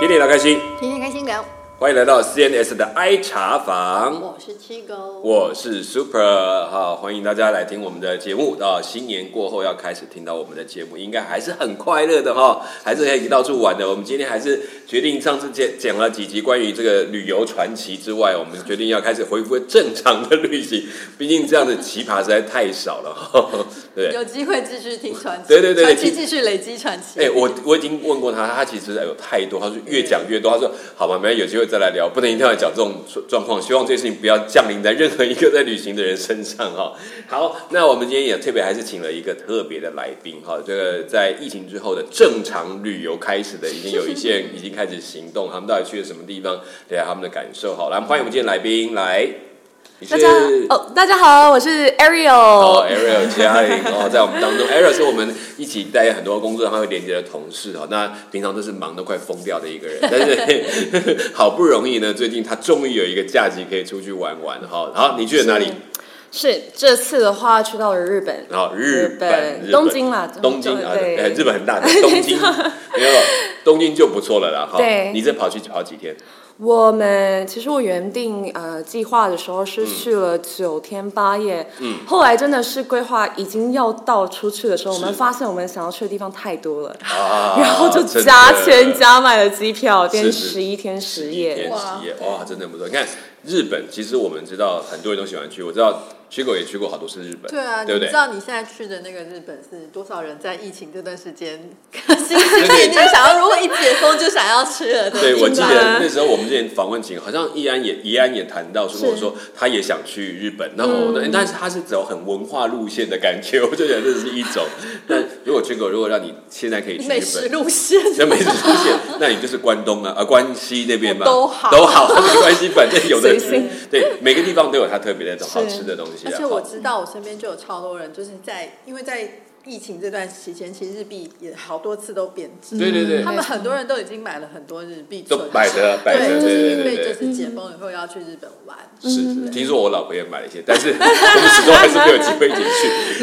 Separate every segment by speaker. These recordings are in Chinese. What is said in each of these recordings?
Speaker 1: 天天聊开心，
Speaker 2: 天天开心聊，
Speaker 1: 欢迎来到 CNS 的 I 茶房，
Speaker 2: 我是七狗，
Speaker 1: 我是 Super，好，欢迎大家来听我们的节目啊！新年过后要开始听到我们的节目，应该还是很快乐的哈，还是可以到处玩的。我们今天还是决定上次讲讲了几集关于这个旅游传奇之外，我们决定要开始恢复正常的旅行，毕竟这样的奇葩实在太少了哈。对，
Speaker 2: 有机会继续听传奇，
Speaker 1: 对对对对
Speaker 2: 传奇继续累积传奇。
Speaker 1: 哎、我我已经问过他，他其实有太多，他说越讲越多。他说好吧，没有有机会再来聊，不能一定要讲这种状状况。希望这件事情不要降临在任何一个在旅行的人身上哈。好，那我们今天也特别还是请了一个特别的来宾哈。这个在疫情之后的正常旅游开始的，已经有一些人已经开始行动，他们到底去了什么地方，聊聊他们的感受。好，来欢迎我们今天来宾来，你是
Speaker 3: 大家哦，大家好，我是 Ariel。
Speaker 1: 哦，Ariel 嘉玲哦，在我们当中，Ariel 是我们一起在很多工作上会连接的同事哦。那平常都是忙得快疯掉的一个人，但是 好不容易呢，最近他终于有一个假期可以出去玩玩哈。好，你去了哪里？
Speaker 3: 是这次的话去到了日本，
Speaker 1: 然后日本，
Speaker 3: 本
Speaker 1: 日
Speaker 3: 东京啦
Speaker 1: 东京
Speaker 3: 就
Speaker 1: 啊，
Speaker 3: 对
Speaker 1: 哎日本很大的东京，没有东京就不错了啦哈。
Speaker 3: 对
Speaker 1: 你这跑去跑几天？
Speaker 3: 我们其实我原定呃计划的时候是去了九天八夜，嗯，后来真的是规划已经要到出去的时候，我
Speaker 1: 是
Speaker 3: 们发现我们想要去的地方太多了，
Speaker 1: 啊，
Speaker 3: 然后就
Speaker 1: 真的
Speaker 3: 加钱加买了机票，
Speaker 1: 是
Speaker 3: 变
Speaker 1: 是
Speaker 3: 十一天十
Speaker 1: 一
Speaker 3: 夜
Speaker 1: 天，
Speaker 2: 哇
Speaker 1: 十夜，哇，真的不错。你看日本，其实我们知道很多人都喜欢去，我知道 Chico 也去过好多次日本，
Speaker 2: 对啊，
Speaker 1: 对不
Speaker 2: 你
Speaker 1: 对
Speaker 2: 知？道你现在去的那个日本是多少人在疫情这段时间心心念念想要，如果一解封就想要吃了的地
Speaker 1: 对，
Speaker 2: 方？
Speaker 1: 我记
Speaker 3: 真的
Speaker 1: 得
Speaker 3: 啊
Speaker 1: 那时候我们之前访问景，好像怡安也怡安也谈到说，我说他也想去日本，然后我呢，但是他是走很文化路线的感觉，我就觉得这是一种。那如果 Chico 如果让你现在可以去
Speaker 2: 美
Speaker 1: 日
Speaker 2: 食
Speaker 1: 本，
Speaker 2: 路线，
Speaker 1: 那美食路线，那你就是关东啊，啊关西那边吧，
Speaker 2: 都好
Speaker 1: 都好，没关系，反正有的
Speaker 3: 随性
Speaker 1: 对每个地方都有它特别的好
Speaker 3: 是
Speaker 1: 吃的东西啊。
Speaker 2: 而且我
Speaker 1: 好
Speaker 2: 知道，我身边就有超多人，就是在因为在疫情这段期间，其实日币也好多次都贬值，
Speaker 1: 对对对，
Speaker 2: 他们很多人都已经买了很多日币
Speaker 1: 都
Speaker 2: 存起来，
Speaker 1: 摆着啊摆着，
Speaker 2: 对，就
Speaker 1: 对
Speaker 2: 是
Speaker 1: 对
Speaker 2: 因
Speaker 1: 对
Speaker 2: 为
Speaker 1: 对
Speaker 2: 就
Speaker 1: 对。
Speaker 2: 是解封以后要去日本玩，
Speaker 1: 是
Speaker 2: 嗯
Speaker 1: 是，听说我老婆也买了一些，但是 我们始终还是没有机会一起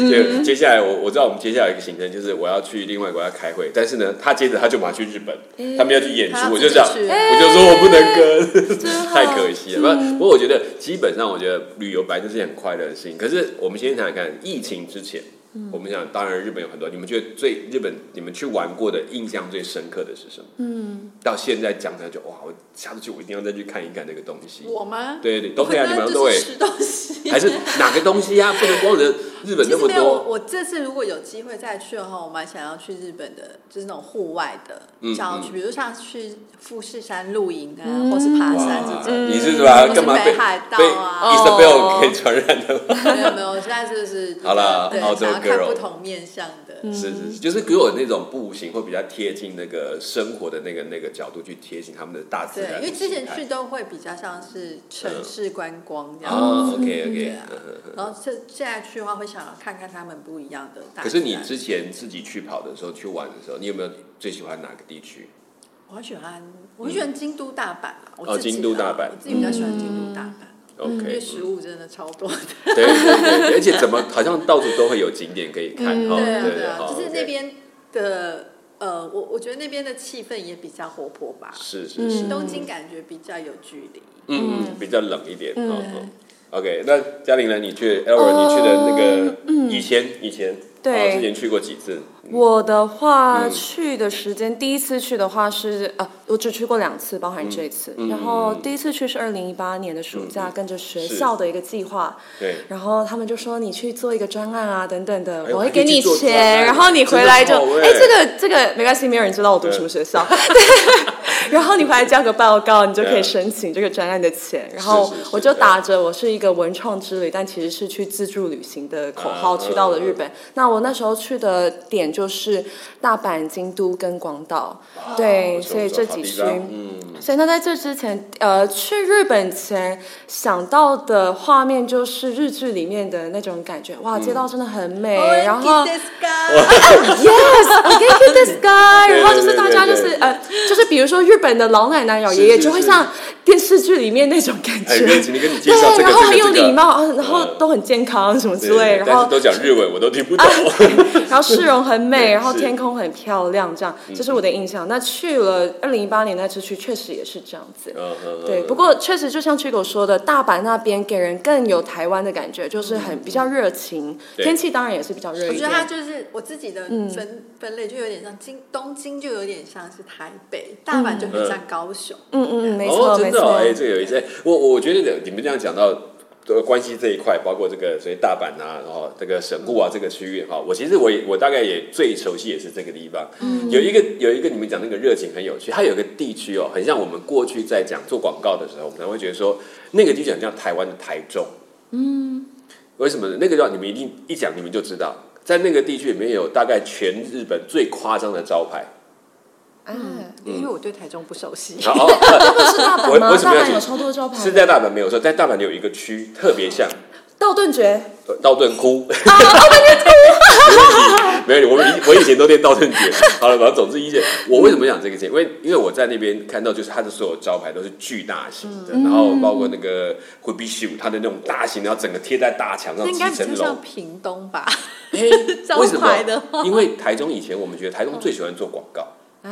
Speaker 1: 去。
Speaker 2: 嗯
Speaker 1: 对，接下来我我知道我们接下来有一个行程就是我要去另外一个国家开会，但是呢，他接着他就马上去日本，他们要去演
Speaker 2: 他
Speaker 1: 出，
Speaker 2: 要
Speaker 1: 我
Speaker 2: 自
Speaker 1: 就
Speaker 2: 己
Speaker 1: 想，
Speaker 2: 去
Speaker 1: 我就说我不能跟，
Speaker 3: 真好
Speaker 1: 太可惜了。
Speaker 2: 嗯
Speaker 1: 不不过我觉得基本上，我觉得旅游本来就是一件很快乐的事情。可是我们先想想看，疫情之前。
Speaker 2: 嗯
Speaker 1: 我们想，当然日本有很多。你们觉得最日本，你们去玩过的印象最深刻的是什么？嗯，到现在讲起来就哇，我下次去我一定要再去看一看这个东西。
Speaker 2: 我吗？
Speaker 1: 对对，都可以啊，你们
Speaker 2: 就
Speaker 1: 都会
Speaker 2: 是。吃东西，
Speaker 1: 还是哪个东西啊？不能光人日本
Speaker 2: 其
Speaker 1: 那
Speaker 2: 实
Speaker 1: 么
Speaker 2: 没有，我
Speaker 1: 多，
Speaker 2: 我这次如果有机会再去的话，我蛮想要去日本的，就是那种户外的，
Speaker 1: 嗯
Speaker 2: 想要
Speaker 1: 嗯
Speaker 2: 去，比如像去富士山露营啊，或是爬山这种。
Speaker 1: 你是什么？
Speaker 2: 嗯
Speaker 1: 干嘛
Speaker 2: 我是
Speaker 1: 被
Speaker 2: 北海道
Speaker 1: 被
Speaker 2: 啊
Speaker 1: Isabel 给传染的？
Speaker 2: 没有没有，我现在就是
Speaker 1: 好啦
Speaker 2: 对，
Speaker 1: 澳洲
Speaker 2: 想要看
Speaker 1: girl
Speaker 2: 不同面向的。
Speaker 1: 是是是，就是给我那种步行会比较贴近那个生活的那个那个角度去贴近他们的大自
Speaker 2: 对
Speaker 1: 然，
Speaker 2: 因为
Speaker 1: 的嗯
Speaker 2: 之
Speaker 1: 形态。
Speaker 2: 前去都会比较像是城市观光这样
Speaker 1: 啊嗯
Speaker 2: 子，
Speaker 1: ，OK
Speaker 2: 对
Speaker 1: OK
Speaker 2: 啊。。然后这现在去的话，会想要看看他们不一样的啊大
Speaker 1: 可
Speaker 2: 自然。
Speaker 1: 是你之前自己去跑的时候，去玩的时候，你有没有最喜欢哪个地区？
Speaker 2: 我很喜欢，我很喜欢京都大阪啊，我
Speaker 1: 嗯哦
Speaker 2: 自己啊
Speaker 1: 京都大阪嗯
Speaker 2: 我自己比较喜欢京都大阪。
Speaker 1: OK
Speaker 2: 因为食物真的超多的，
Speaker 1: 对对对，而且怎么好像到处都会有景点可以看哈？
Speaker 2: 对
Speaker 1: 哦
Speaker 2: 啊
Speaker 1: 对
Speaker 2: 啊，
Speaker 1: 哈
Speaker 2: 就是
Speaker 1: ，OK
Speaker 2: 那边的呃，我我觉得那边的气氛也比较活泼吧，
Speaker 1: 是是是，
Speaker 2: 东京感觉比较有距离。
Speaker 1: 嗯，嗯，比较冷一点。嗯嗯 OK，那嘉玲呢？你去 e l r 你去的那个以前以前，
Speaker 3: 嗯对
Speaker 1: 哦之前去过几次？
Speaker 3: 我的话、去的时间，第一次去的话是呃，我只去过两次，包含这一次。然后第一次去是二零一八年的暑假，跟着学校的一个计划。
Speaker 1: 对，
Speaker 3: 然后他们就说你去做一个专案啊，等等的，
Speaker 1: 哎呦
Speaker 3: 我会给
Speaker 1: 还可以
Speaker 3: 你
Speaker 1: 去做专案啊
Speaker 3: 钱，然后你回来就
Speaker 1: 真的好，哎
Speaker 3: 哎，这个这个没关系，没有人知道我读什么学校， 对。然后你回来交个报告，你就可以申请这个专案的钱。然后
Speaker 1: 是是
Speaker 3: 我就打着我是一个文创之旅，但其实是去自助旅行的口号
Speaker 1: 嗯
Speaker 3: 去到了日本。那我那时候去的点就是大阪、京都跟广岛，对，
Speaker 1: 不错
Speaker 3: 所以
Speaker 1: 不错
Speaker 3: 这
Speaker 1: 好
Speaker 3: 几
Speaker 1: 地
Speaker 3: 区
Speaker 1: 方，嗯，
Speaker 3: 所以那在这之前，呃，去日本前想到的画面就是日剧里面的那种感觉，
Speaker 1: 嗯
Speaker 3: 哇，街道真的很美，
Speaker 2: 哦
Speaker 3: 然后
Speaker 2: Orange is the sky
Speaker 3: yes，我 g a t the sky，
Speaker 1: 对
Speaker 3: 然后就是大家就
Speaker 1: 对
Speaker 3: 是
Speaker 1: 对
Speaker 3: 呃，就是比如说日本的老奶奶、老爷
Speaker 1: 是哎
Speaker 3: 爷
Speaker 1: 是
Speaker 3: 就会
Speaker 1: 是
Speaker 3: 像电视剧里面那种感
Speaker 1: 很热
Speaker 3: 觉。
Speaker 1: 情的跟你介
Speaker 3: 对
Speaker 1: 绍，这个
Speaker 3: 然后很
Speaker 1: 这
Speaker 3: 有
Speaker 1: 个这
Speaker 3: 礼
Speaker 1: 个
Speaker 3: 貌，啊然后
Speaker 1: 嗯
Speaker 3: 都很健康什么
Speaker 1: 对
Speaker 3: 之类，
Speaker 1: 但
Speaker 3: 然
Speaker 1: 是
Speaker 3: 后啊
Speaker 1: 都讲日文，我都听不 懂。 嗯
Speaker 3: 然后市容很美，
Speaker 1: 对
Speaker 3: 然后
Speaker 1: 是
Speaker 3: 天空很漂亮，这样这是我的印象。那去了二零一八年那次去，确实也是这样子。
Speaker 1: 嗯嗯
Speaker 3: 对，
Speaker 1: 嗯
Speaker 3: 不过确实就像 Chico 说的，大阪那边给人更有台湾的感觉，就是很比较热情，
Speaker 1: 对
Speaker 3: 天气当然也是比较热
Speaker 2: 我
Speaker 3: 一
Speaker 2: 觉得它
Speaker 3: 点。
Speaker 2: 就是我自己的
Speaker 3: 嗯
Speaker 2: 分分类，就有点像京东京，就有点像是台北，大阪就很像高雄。
Speaker 3: 嗯嗯，没
Speaker 1: 哦，
Speaker 3: 错没
Speaker 1: 真的哦，
Speaker 3: 错。
Speaker 1: 哎，这个有一些，我我觉得你们这样讲到。呃，关系这一块，包括这个所以大阪啊，然后这个神户啊这个区域哈，我其实我也我大概也最熟悉也是这个地方。嗯，有一个有一个你们讲那个热情很有趣，它有一个地区哦，很像我们过去在讲做广告的时候，我们才会觉得说那个地区很像台湾的台中。嗯，为什么呢？那个叫你们一定一讲你们就知道，在那个地区里面有大概全日本最夸张的招牌。
Speaker 3: 嗯，
Speaker 2: 因为我对台中不熟悉，
Speaker 1: 然后、呃
Speaker 3: 那不是大
Speaker 1: 我
Speaker 3: 阪吗？
Speaker 1: 我怎么
Speaker 3: 大
Speaker 1: 样
Speaker 3: 阪
Speaker 1: 去
Speaker 3: 有超多招牌的，
Speaker 1: 是在大阪没有错，在大阪有一个区特别像
Speaker 3: 道顿崛。
Speaker 1: 呃道顿窟。
Speaker 2: 啊
Speaker 1: 没有，我以我以前都念道顿崛。 好了，反正总之一件，我为什么讲这个件？因为因为我在那边看到，就是它的所有招牌都是巨大型的，
Speaker 2: 嗯
Speaker 1: 然后包括那个 h u b i s h u 它的那种大型，然后整个贴在大墙上
Speaker 2: 那应
Speaker 1: 几
Speaker 2: 该比较
Speaker 1: 嗯层
Speaker 2: 像
Speaker 1: 楼。
Speaker 2: 屏东吧？
Speaker 1: 嘿
Speaker 2: 招
Speaker 1: 哎为什
Speaker 2: 牌的
Speaker 1: 么？因为台中以前我们觉得台中最喜欢做广告。
Speaker 2: 啊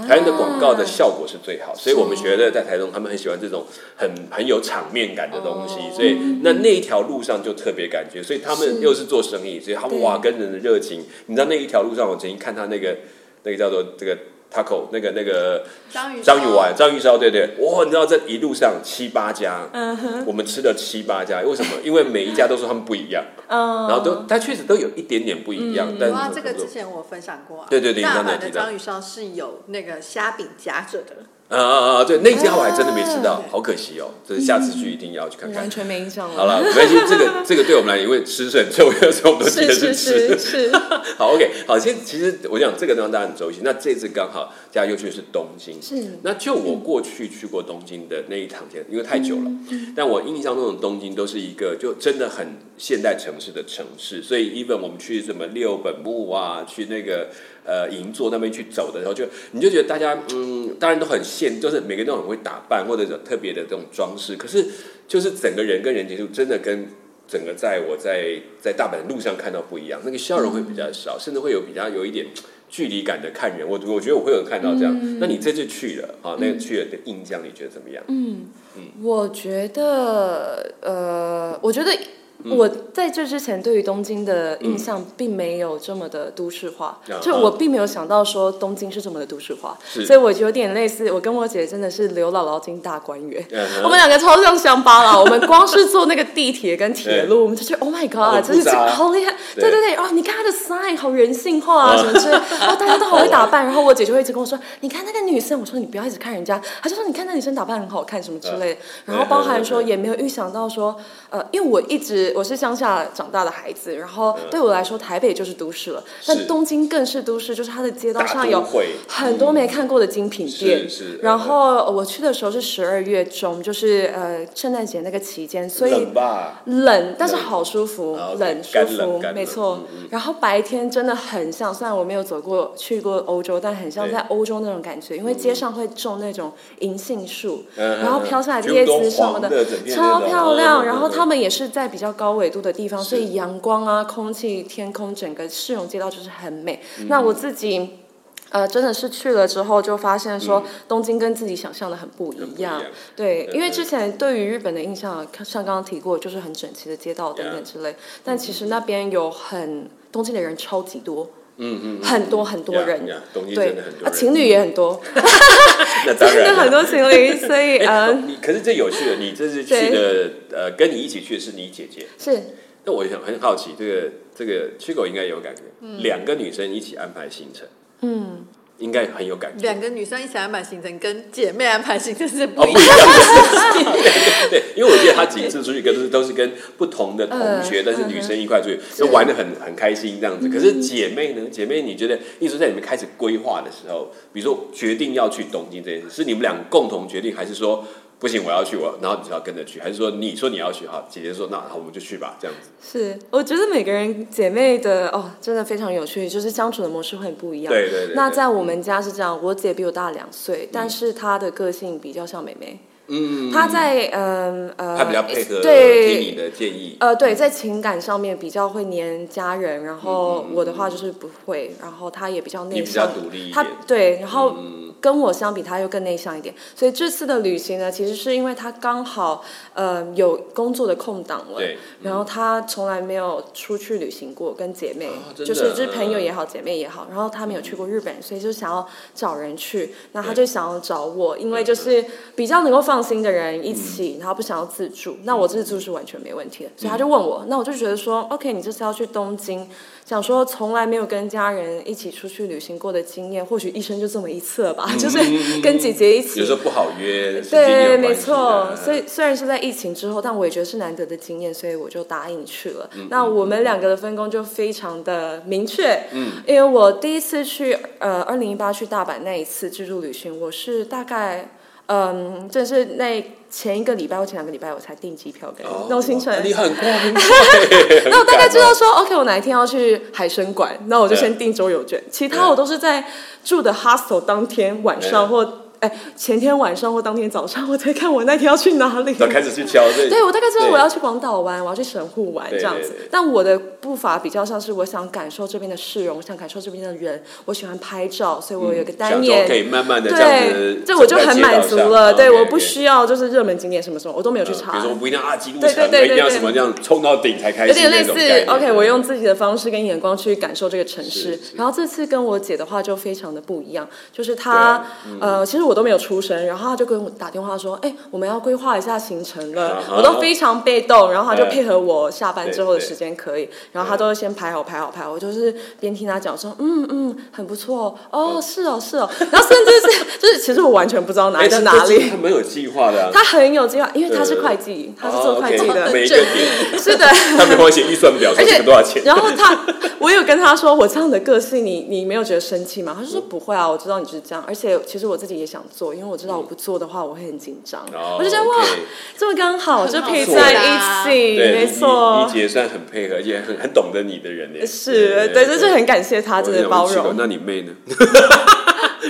Speaker 1: 台湾的广告的效果是最好，所以我们觉得在台中他们很喜欢这种很很有场面感的东西，
Speaker 2: 哦
Speaker 1: 所以那那一条路上就特别感觉，所以他们又是做生意，所以他们
Speaker 3: 对
Speaker 1: 哇跟人的热情，你知道那一条路上我曾经看他那个那个叫做这个 taco 那个那个
Speaker 2: 章鱼
Speaker 1: 章鱼
Speaker 2: 哦
Speaker 1: 丸章鱼烧，对对，哇，你知道这一路上七八家，
Speaker 2: 嗯
Speaker 1: 我们吃了七八家，为什么？因为每一家都说他们不一样，
Speaker 3: 嗯，
Speaker 1: 然后都它确实都有一点点不一样，但是
Speaker 2: 哇，这个
Speaker 1: 很多
Speaker 2: 之前我分享过啊。
Speaker 1: 对对对
Speaker 2: 大
Speaker 1: 你刚才
Speaker 2: 阪的
Speaker 1: 提到
Speaker 2: 章鱼烧是有那个虾饼夹着的，
Speaker 1: 啊啊啊！对，那一家我还真的没吃到
Speaker 2: 啊，
Speaker 1: 好可惜哦。这下次去一定要去看看
Speaker 3: 完。全没印象了。
Speaker 1: 好了，没关系，这个这个对我们来讲，因为吃是很重要，所以 我们都觉
Speaker 3: 是
Speaker 1: 得
Speaker 3: 是
Speaker 1: 吃。
Speaker 3: 是是，
Speaker 1: 好，OK，好，现其实我想这个地方大家很熟悉。那这次刚好大家又去的是东京，
Speaker 3: 是
Speaker 1: 那就我过去去过东京的那一趟天，因为太久了，但我印象中的东京都是一个就真的很现代城市的城市，所以 even 我们去什么六本木啊，去那个呃银座那边去走的时候，就你就觉得大家嗯，当然都很现，就是每个人都很会打扮或者有特别的这种装饰，可是就是整个人跟人接触真的跟。整个在我在在大阪的路上看到不一样，那个笑容会比较少，甚至会有比较有一点距离感的看人，我我觉得我会有看到这样。
Speaker 3: 嗯
Speaker 1: 那你这次去了啊，那个去了的印象你觉得怎么样？
Speaker 3: 嗯我觉得，呃，我觉得
Speaker 1: 嗯
Speaker 3: 我在这之前对于东京的印象并没有这么的都市化，
Speaker 1: 啊
Speaker 3: 就我并没有想到说东京是这么的都市化，
Speaker 1: 是
Speaker 3: 所以我有点类似，我跟我姐真的是刘姥姥进大观园。
Speaker 1: 嗯哼
Speaker 3: 我们两个超像乡巴佬，我们光是坐那个地铁跟铁 路，我们就觉得 Oh my
Speaker 1: 很
Speaker 3: God，
Speaker 1: 复
Speaker 3: 真的是
Speaker 1: 杂
Speaker 3: 好厉害！
Speaker 1: 对
Speaker 3: 对对对，哦，你看他的 sign 好人性化啊，
Speaker 1: 啊
Speaker 3: 什么之类，然后大家都好会打 扮，然后我姐就会一直跟我说，你看那个女生，我说你不要一直看人家，她就说你看那女生打扮很好看什么之类的，然后包含说也没有预想到说，呃，因为我一直我是乡下长大的孩子，然后对我来说台北就是都市了，
Speaker 1: 嗯是
Speaker 3: 但东京更是都市，就是它的街道
Speaker 1: 大
Speaker 3: 上
Speaker 1: 都
Speaker 3: 有
Speaker 1: 会嗯
Speaker 3: 很多没看过的精品
Speaker 1: 是
Speaker 3: 店
Speaker 1: 是，
Speaker 3: 然后我去的时候是十二月中，就是呃圣诞节那个期间，所以
Speaker 1: 冷吧？
Speaker 3: 冷，但是好舒服
Speaker 1: 啊，，OK，
Speaker 3: 冷舒
Speaker 1: 干冷
Speaker 3: 服
Speaker 1: 干，冷嗯
Speaker 3: 没错。然后白天真的很像，虽然我没有走过去过欧洲，但很像
Speaker 1: 对
Speaker 3: 在欧洲那种感觉，因为街上会种那种银杏树，
Speaker 1: 嗯
Speaker 3: 然后飘下来的叶子什么
Speaker 1: 全部都黄的整片那
Speaker 3: 超
Speaker 1: 种嗯
Speaker 3: 漂
Speaker 1: 嗯
Speaker 3: 亮。
Speaker 1: 嗯
Speaker 3: 然后他们也是在比较高纬度的地方，
Speaker 1: 是
Speaker 3: 所以阳光啊、空气、天空，整个市容街道就是很美。
Speaker 1: 嗯
Speaker 3: 那我自己。呃，真的是去了之后就发现说，东京跟自己想象的很不
Speaker 1: 嗯很
Speaker 3: 一
Speaker 1: 不一样
Speaker 3: 样。对，因为
Speaker 1: 嗯
Speaker 3: 之前对于日本的印象，像刚刚提过，就是很整齐的街道等等之类。但其实那边有很东京的人超级多，
Speaker 1: 嗯嗯，
Speaker 3: 很多很多人，
Speaker 1: 呀呀东京真
Speaker 3: 对
Speaker 1: 的很，多
Speaker 3: 啊，
Speaker 1: 人，啊
Speaker 3: 情侣也 很多，
Speaker 1: 那当
Speaker 3: 真的
Speaker 1: 然
Speaker 3: 很
Speaker 1: 了。
Speaker 3: 多情侣，所 以
Speaker 1: 哎
Speaker 3: 呃，
Speaker 1: 你可是这有趣了，你这次去的呃，跟你一起去的是你姐姐，
Speaker 3: 是
Speaker 1: 那我很很好奇，这个这个驱狗应该有感觉，两个女生一起安排行程，
Speaker 3: 嗯，
Speaker 1: 应该很有感觉。
Speaker 2: 两个女生一起安排行程，跟姐妹安排行程是不
Speaker 1: 哦，
Speaker 2: 一
Speaker 1: 不
Speaker 2: 样
Speaker 1: 一样的事情。对，因为我记得他几次出去跟都是都是跟不同的同学，
Speaker 3: 嗯
Speaker 1: 但是女生一块出去，就玩的很很开心这样子。可是姐妹呢？姐妹，你觉得艺术在你们开始规划的时候，比如说决定要去东京这件事，是你们俩共同决定，还是说不行我要去我，然后你就要跟着去，还是说你说你要去哈，姐姐说那好我们就去吧这样子？
Speaker 3: 是，我觉得每个人姐妹的哦，真的非常有趣，就是相处的模式会很不一样。
Speaker 1: 对对对对
Speaker 3: 那在我们家是这样，我姐比我大两岁，但是她的个性比较像妹妹。
Speaker 1: 嗯，
Speaker 3: 他在嗯呃，
Speaker 1: 他比较配合听你
Speaker 3: 对。
Speaker 1: 的建议，
Speaker 3: 呃，对，在情感上面比较会黏家人，然
Speaker 1: 嗯
Speaker 3: 后我的话就是不会，然后他也比较
Speaker 1: 你
Speaker 3: 内
Speaker 1: 比较
Speaker 3: 向，
Speaker 1: 独立一
Speaker 3: 他
Speaker 1: 点。
Speaker 3: 对，然后
Speaker 1: 嗯，
Speaker 3: 跟我相比，他又更内向一点。所以这次的旅行呢，其实是因为他刚好呃有工作的空档了，
Speaker 1: 对，
Speaker 3: 然后他从来没有出去旅行过，跟姐妹，
Speaker 1: 啊真的
Speaker 3: 就是就是朋友也好，姐妹也好，然后他没有去过日本，所以就想要找人去。那他就想要找我，因为就是比较能够放心的人一
Speaker 1: 嗯
Speaker 3: 起，然后不想要自助。那我自助是完全没问题的，所以他就问我，那我就觉得说，OK，你这次要去东京，想说从来没有跟家人一起出去旅行过的经验，或许一生就这么一次了吧，
Speaker 1: 嗯
Speaker 3: 就是跟姐姐一起，
Speaker 1: 有时候不好约，时间也
Speaker 3: 对，
Speaker 1: 有
Speaker 3: 没
Speaker 1: 关系
Speaker 3: 错。
Speaker 1: 的
Speaker 3: 所以虽然是在疫情之后，但我也觉得是难得的经验，所以我就答应去了。那我们两个的分工就非常的明确。嗯，因为我第一次去呃二零一八去大阪那一次自助旅行，我是大概嗯，就是那前一个礼拜或前两个礼拜我才订机票跟
Speaker 1: 哦
Speaker 3: 弄行程。
Speaker 1: 你很光明
Speaker 3: 那我大概知
Speaker 1: 很
Speaker 3: 道
Speaker 1: 敢
Speaker 3: 说，OK，我哪一天要去海参馆，那我就先订周游券。其他我都是在住的 hostel 当天晚上
Speaker 1: 嗯
Speaker 3: 或哎前天晚上或当天早上，我才看我那天要去哪里。
Speaker 1: 早开始去敲这。
Speaker 3: 对，我大概知道
Speaker 1: 对
Speaker 3: 我要去广岛玩，我要去神户玩
Speaker 1: 对
Speaker 3: 这样子
Speaker 1: 对对。
Speaker 3: 但我的步伐比较像是我想感受这边的市容，我想感受这边的人，我喜欢拍照，所以我有一个单
Speaker 1: 嗯想说可
Speaker 3: 眼。
Speaker 1: 以慢慢的这样
Speaker 3: 对
Speaker 1: 子，，
Speaker 3: 这我就很满足了。对，我不
Speaker 1: 要。
Speaker 3: 需要就是热门景点什么什么，我都没有去
Speaker 1: 嗯
Speaker 3: 查。
Speaker 1: 比如说我不一定要啊，进入
Speaker 3: 对
Speaker 1: 城，我
Speaker 3: 对对
Speaker 1: 一定要
Speaker 3: 对
Speaker 1: 什么
Speaker 3: 对
Speaker 1: 这样冲到顶才开
Speaker 3: 有
Speaker 1: 心
Speaker 3: 点
Speaker 1: 那
Speaker 3: 类
Speaker 1: 种概
Speaker 3: 似
Speaker 1: 念。嗯
Speaker 3: ，OK，我用自己的方式跟眼光去感受这个城市
Speaker 1: 是。是
Speaker 3: 然后这次跟我姐的话就非常的不一样，就是她，
Speaker 1: 嗯
Speaker 3: 呃，其实我都没有出声，然后她就跟我打电话说，哎，我们要规划一下行程了
Speaker 1: 啊，哈
Speaker 3: 我都非常被动，然后她就
Speaker 1: 哎
Speaker 3: 配合我下班之后的
Speaker 1: 对对
Speaker 3: 时间可以，然后她都先排好排好排好，我就是边听她讲说，嗯嗯，很不错，
Speaker 1: 嗯
Speaker 3: 哦，是哦是哦，然后甚至是就是其实我完全不知道哪 里
Speaker 1: 哎
Speaker 3: 在
Speaker 1: 这
Speaker 3: 哪
Speaker 1: 这
Speaker 3: 里。
Speaker 1: 还蛮有计划的啊。
Speaker 3: 她很有计划，因为她是
Speaker 1: 对
Speaker 3: 会计，她是
Speaker 1: 哦
Speaker 3: 做会计
Speaker 1: OK，
Speaker 3: 的，
Speaker 1: 每一个点，
Speaker 3: 是的。
Speaker 1: 他们帮我写预算表，说
Speaker 3: 而且
Speaker 1: 这个多少钱。
Speaker 3: 然后他，我有跟他说我这样的个性你，你没有觉得生气吗？他就
Speaker 1: 嗯
Speaker 3: 说不会啊，我知道你就是这样，而且其实我自己也想做，因为我知道我不做的话我会很紧张。
Speaker 1: 哦
Speaker 3: 我就觉得哇
Speaker 1: OK，
Speaker 3: 这么刚好就配
Speaker 1: 很好
Speaker 3: 在
Speaker 2: 做
Speaker 3: 一
Speaker 2: 啊
Speaker 3: 起，
Speaker 1: 对，
Speaker 3: 没
Speaker 1: 你你
Speaker 3: 错
Speaker 1: 你，姐算很配合，而且很很懂得你的人呢。
Speaker 3: 是对，这是很感谢他
Speaker 1: 我
Speaker 3: 真
Speaker 1: 就
Speaker 3: 的
Speaker 1: 想
Speaker 3: 包
Speaker 1: 奇怪
Speaker 3: 容。哦
Speaker 1: 那你妹 呢？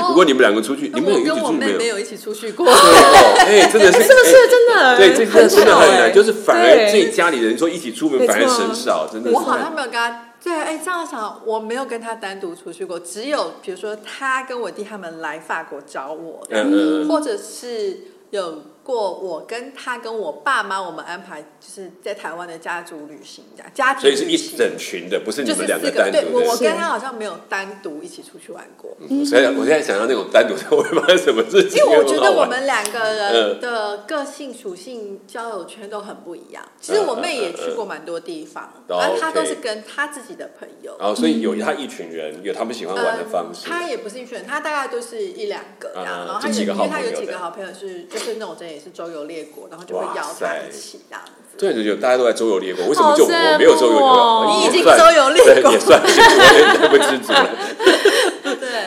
Speaker 1: 如果你们两个出哦去，你们有
Speaker 2: 我
Speaker 1: 一起
Speaker 2: 跟
Speaker 1: 出
Speaker 2: 我
Speaker 1: 去
Speaker 2: 妹
Speaker 1: 没
Speaker 2: 没
Speaker 1: 有？
Speaker 2: 有一起出去过，
Speaker 1: 对哦，哎，真的是，
Speaker 3: 是不是
Speaker 1: 哎
Speaker 3: 真的？
Speaker 1: 对，这这真的
Speaker 3: 少
Speaker 1: 很
Speaker 3: 哎
Speaker 1: 难，就是反而
Speaker 3: 对
Speaker 1: 自己家里人说一起出门，
Speaker 3: 没错
Speaker 1: 反而很少，真的是。
Speaker 2: 我好像没有跟她。对，哎，这样想，我没有跟她单独出去过，只有比如说她跟我弟他们来法国找我，
Speaker 1: 嗯嗯嗯
Speaker 2: 或者是有过我跟她跟我爸妈，我们安排就是在台湾的家族旅行这样，家庭
Speaker 1: 所以
Speaker 2: 旅
Speaker 1: 是
Speaker 2: 行
Speaker 1: 一整群的，不是你
Speaker 2: 就是
Speaker 1: 们
Speaker 2: 四
Speaker 1: 两
Speaker 2: 个，
Speaker 1: 单
Speaker 2: 对
Speaker 1: 独
Speaker 2: 我我
Speaker 1: 的。
Speaker 2: 跟她好像没有单独一起出去玩过。
Speaker 1: 嗯所以我现在想到那种单独的，我会发生什么事情？
Speaker 2: 因为我觉
Speaker 1: 很好
Speaker 2: 得
Speaker 1: 玩
Speaker 2: 我们两个
Speaker 1: 嗯
Speaker 2: 人的个性属性、交友圈都很不一样。其实我妹也去过蛮多地方，
Speaker 1: 嗯嗯嗯嗯嗯
Speaker 2: 然后她都
Speaker 1: OK 哦
Speaker 2: 是跟她自己的朋友。嗯
Speaker 1: 然后，所以有他一群人，有他们喜欢玩的方式。
Speaker 2: 她也不是一群人，她大概都是一两个
Speaker 1: 嗯
Speaker 2: 这
Speaker 1: 嗯
Speaker 2: 样。然后她
Speaker 1: 就
Speaker 2: 有，
Speaker 1: 几个
Speaker 2: 因
Speaker 1: 好
Speaker 2: 为她有
Speaker 1: 朋友
Speaker 2: 几
Speaker 1: 的
Speaker 2: 个好朋友是就是那种真的也是周游列国，然后就会
Speaker 1: 哇
Speaker 2: 邀她
Speaker 1: 塞
Speaker 2: 一起这样子。
Speaker 1: 对对对，大家都在周游列国，为什么就
Speaker 3: 好羡慕
Speaker 1: 我没有周游列国？
Speaker 3: 哦
Speaker 2: 你已经
Speaker 1: 算
Speaker 2: 周游列国
Speaker 1: 对也算 是我也太不知足 了。对
Speaker 2: 对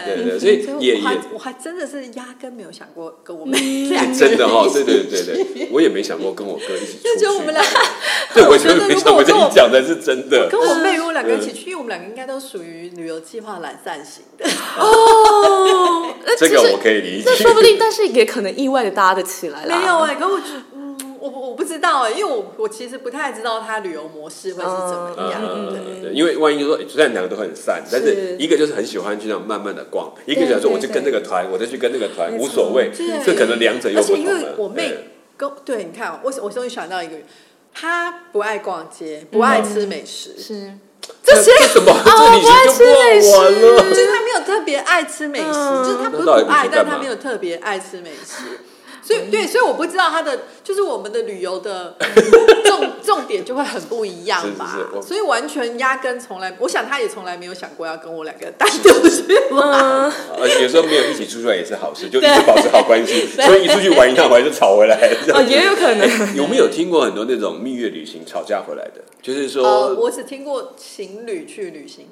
Speaker 2: 嗯
Speaker 1: 对，所以也
Speaker 2: 我还
Speaker 1: 也
Speaker 2: 我还真的是压根没有想过跟我妹这两 个
Speaker 1: 真的哈、
Speaker 2: 人一
Speaker 1: 哦，
Speaker 2: 起
Speaker 1: 对对对对，我也没想过跟我哥一起出去。
Speaker 2: 就觉得我们俩，
Speaker 1: 对，我
Speaker 2: 我
Speaker 1: 觉
Speaker 2: 觉
Speaker 1: 得
Speaker 2: 得
Speaker 1: 没
Speaker 2: 如
Speaker 1: 想
Speaker 2: 果
Speaker 1: 过
Speaker 2: 我
Speaker 1: 这
Speaker 2: 跟我
Speaker 1: 你讲的是真的
Speaker 2: 跟我妹如果两个人一起去，因为我们两个应该都属于旅游计划懒散型的。
Speaker 3: 哦，那
Speaker 1: 这
Speaker 3: 其
Speaker 1: 个
Speaker 3: 实
Speaker 1: 我可以理解
Speaker 3: 这。说不定，但是也可能意外的搭得起来啦。
Speaker 2: 没有哎、可我觉得，嗯，我我不知道哎、因为我我其实不太知道他旅游模式会是怎么样。
Speaker 1: 嗯，对，因为万一说虽然两个都很散，但是一个就是很喜欢去那种慢慢的逛，一个想说我就跟这个团，我再去跟那个团，
Speaker 3: 没错
Speaker 1: 无所谓
Speaker 2: 对。
Speaker 1: 这可能两者又
Speaker 2: 而
Speaker 1: 不
Speaker 2: 且
Speaker 1: 同
Speaker 2: 因
Speaker 1: 了。
Speaker 2: 为我妹
Speaker 1: 对
Speaker 2: 跟对，你看，我我终于想到一个，她不爱逛街，不爱吃美食，
Speaker 3: 是
Speaker 2: 这些哦
Speaker 1: 这什么？这旅
Speaker 3: 不爱吃
Speaker 1: 行
Speaker 3: 美
Speaker 1: 就
Speaker 3: 食
Speaker 1: 过完了。
Speaker 2: 就是她没有特别爱吃美食，
Speaker 3: 嗯
Speaker 2: 就是她不是
Speaker 1: 那到底
Speaker 2: 不爱
Speaker 1: 你去，干
Speaker 2: 但
Speaker 1: 嘛
Speaker 2: 她没有特别爱吃美食。所以对，所以我不知道她的就是我们的旅游的重 重点就会很不一样吧，
Speaker 1: 是是是我
Speaker 2: 所以完全压根从来，我想她也从来没有想过要跟我两个单独去玩。
Speaker 1: 而且有时候没有一起出去玩也是好事，就一直保持好关系。所以一出去玩一趟，回来就吵回来。这
Speaker 3: 哦，
Speaker 1: 样
Speaker 3: 也有可能。
Speaker 1: 有没有听过很多那种蜜月旅行吵架回来的？就是
Speaker 2: 呃，
Speaker 1: 说，
Speaker 2: 我只听过情侣去旅行，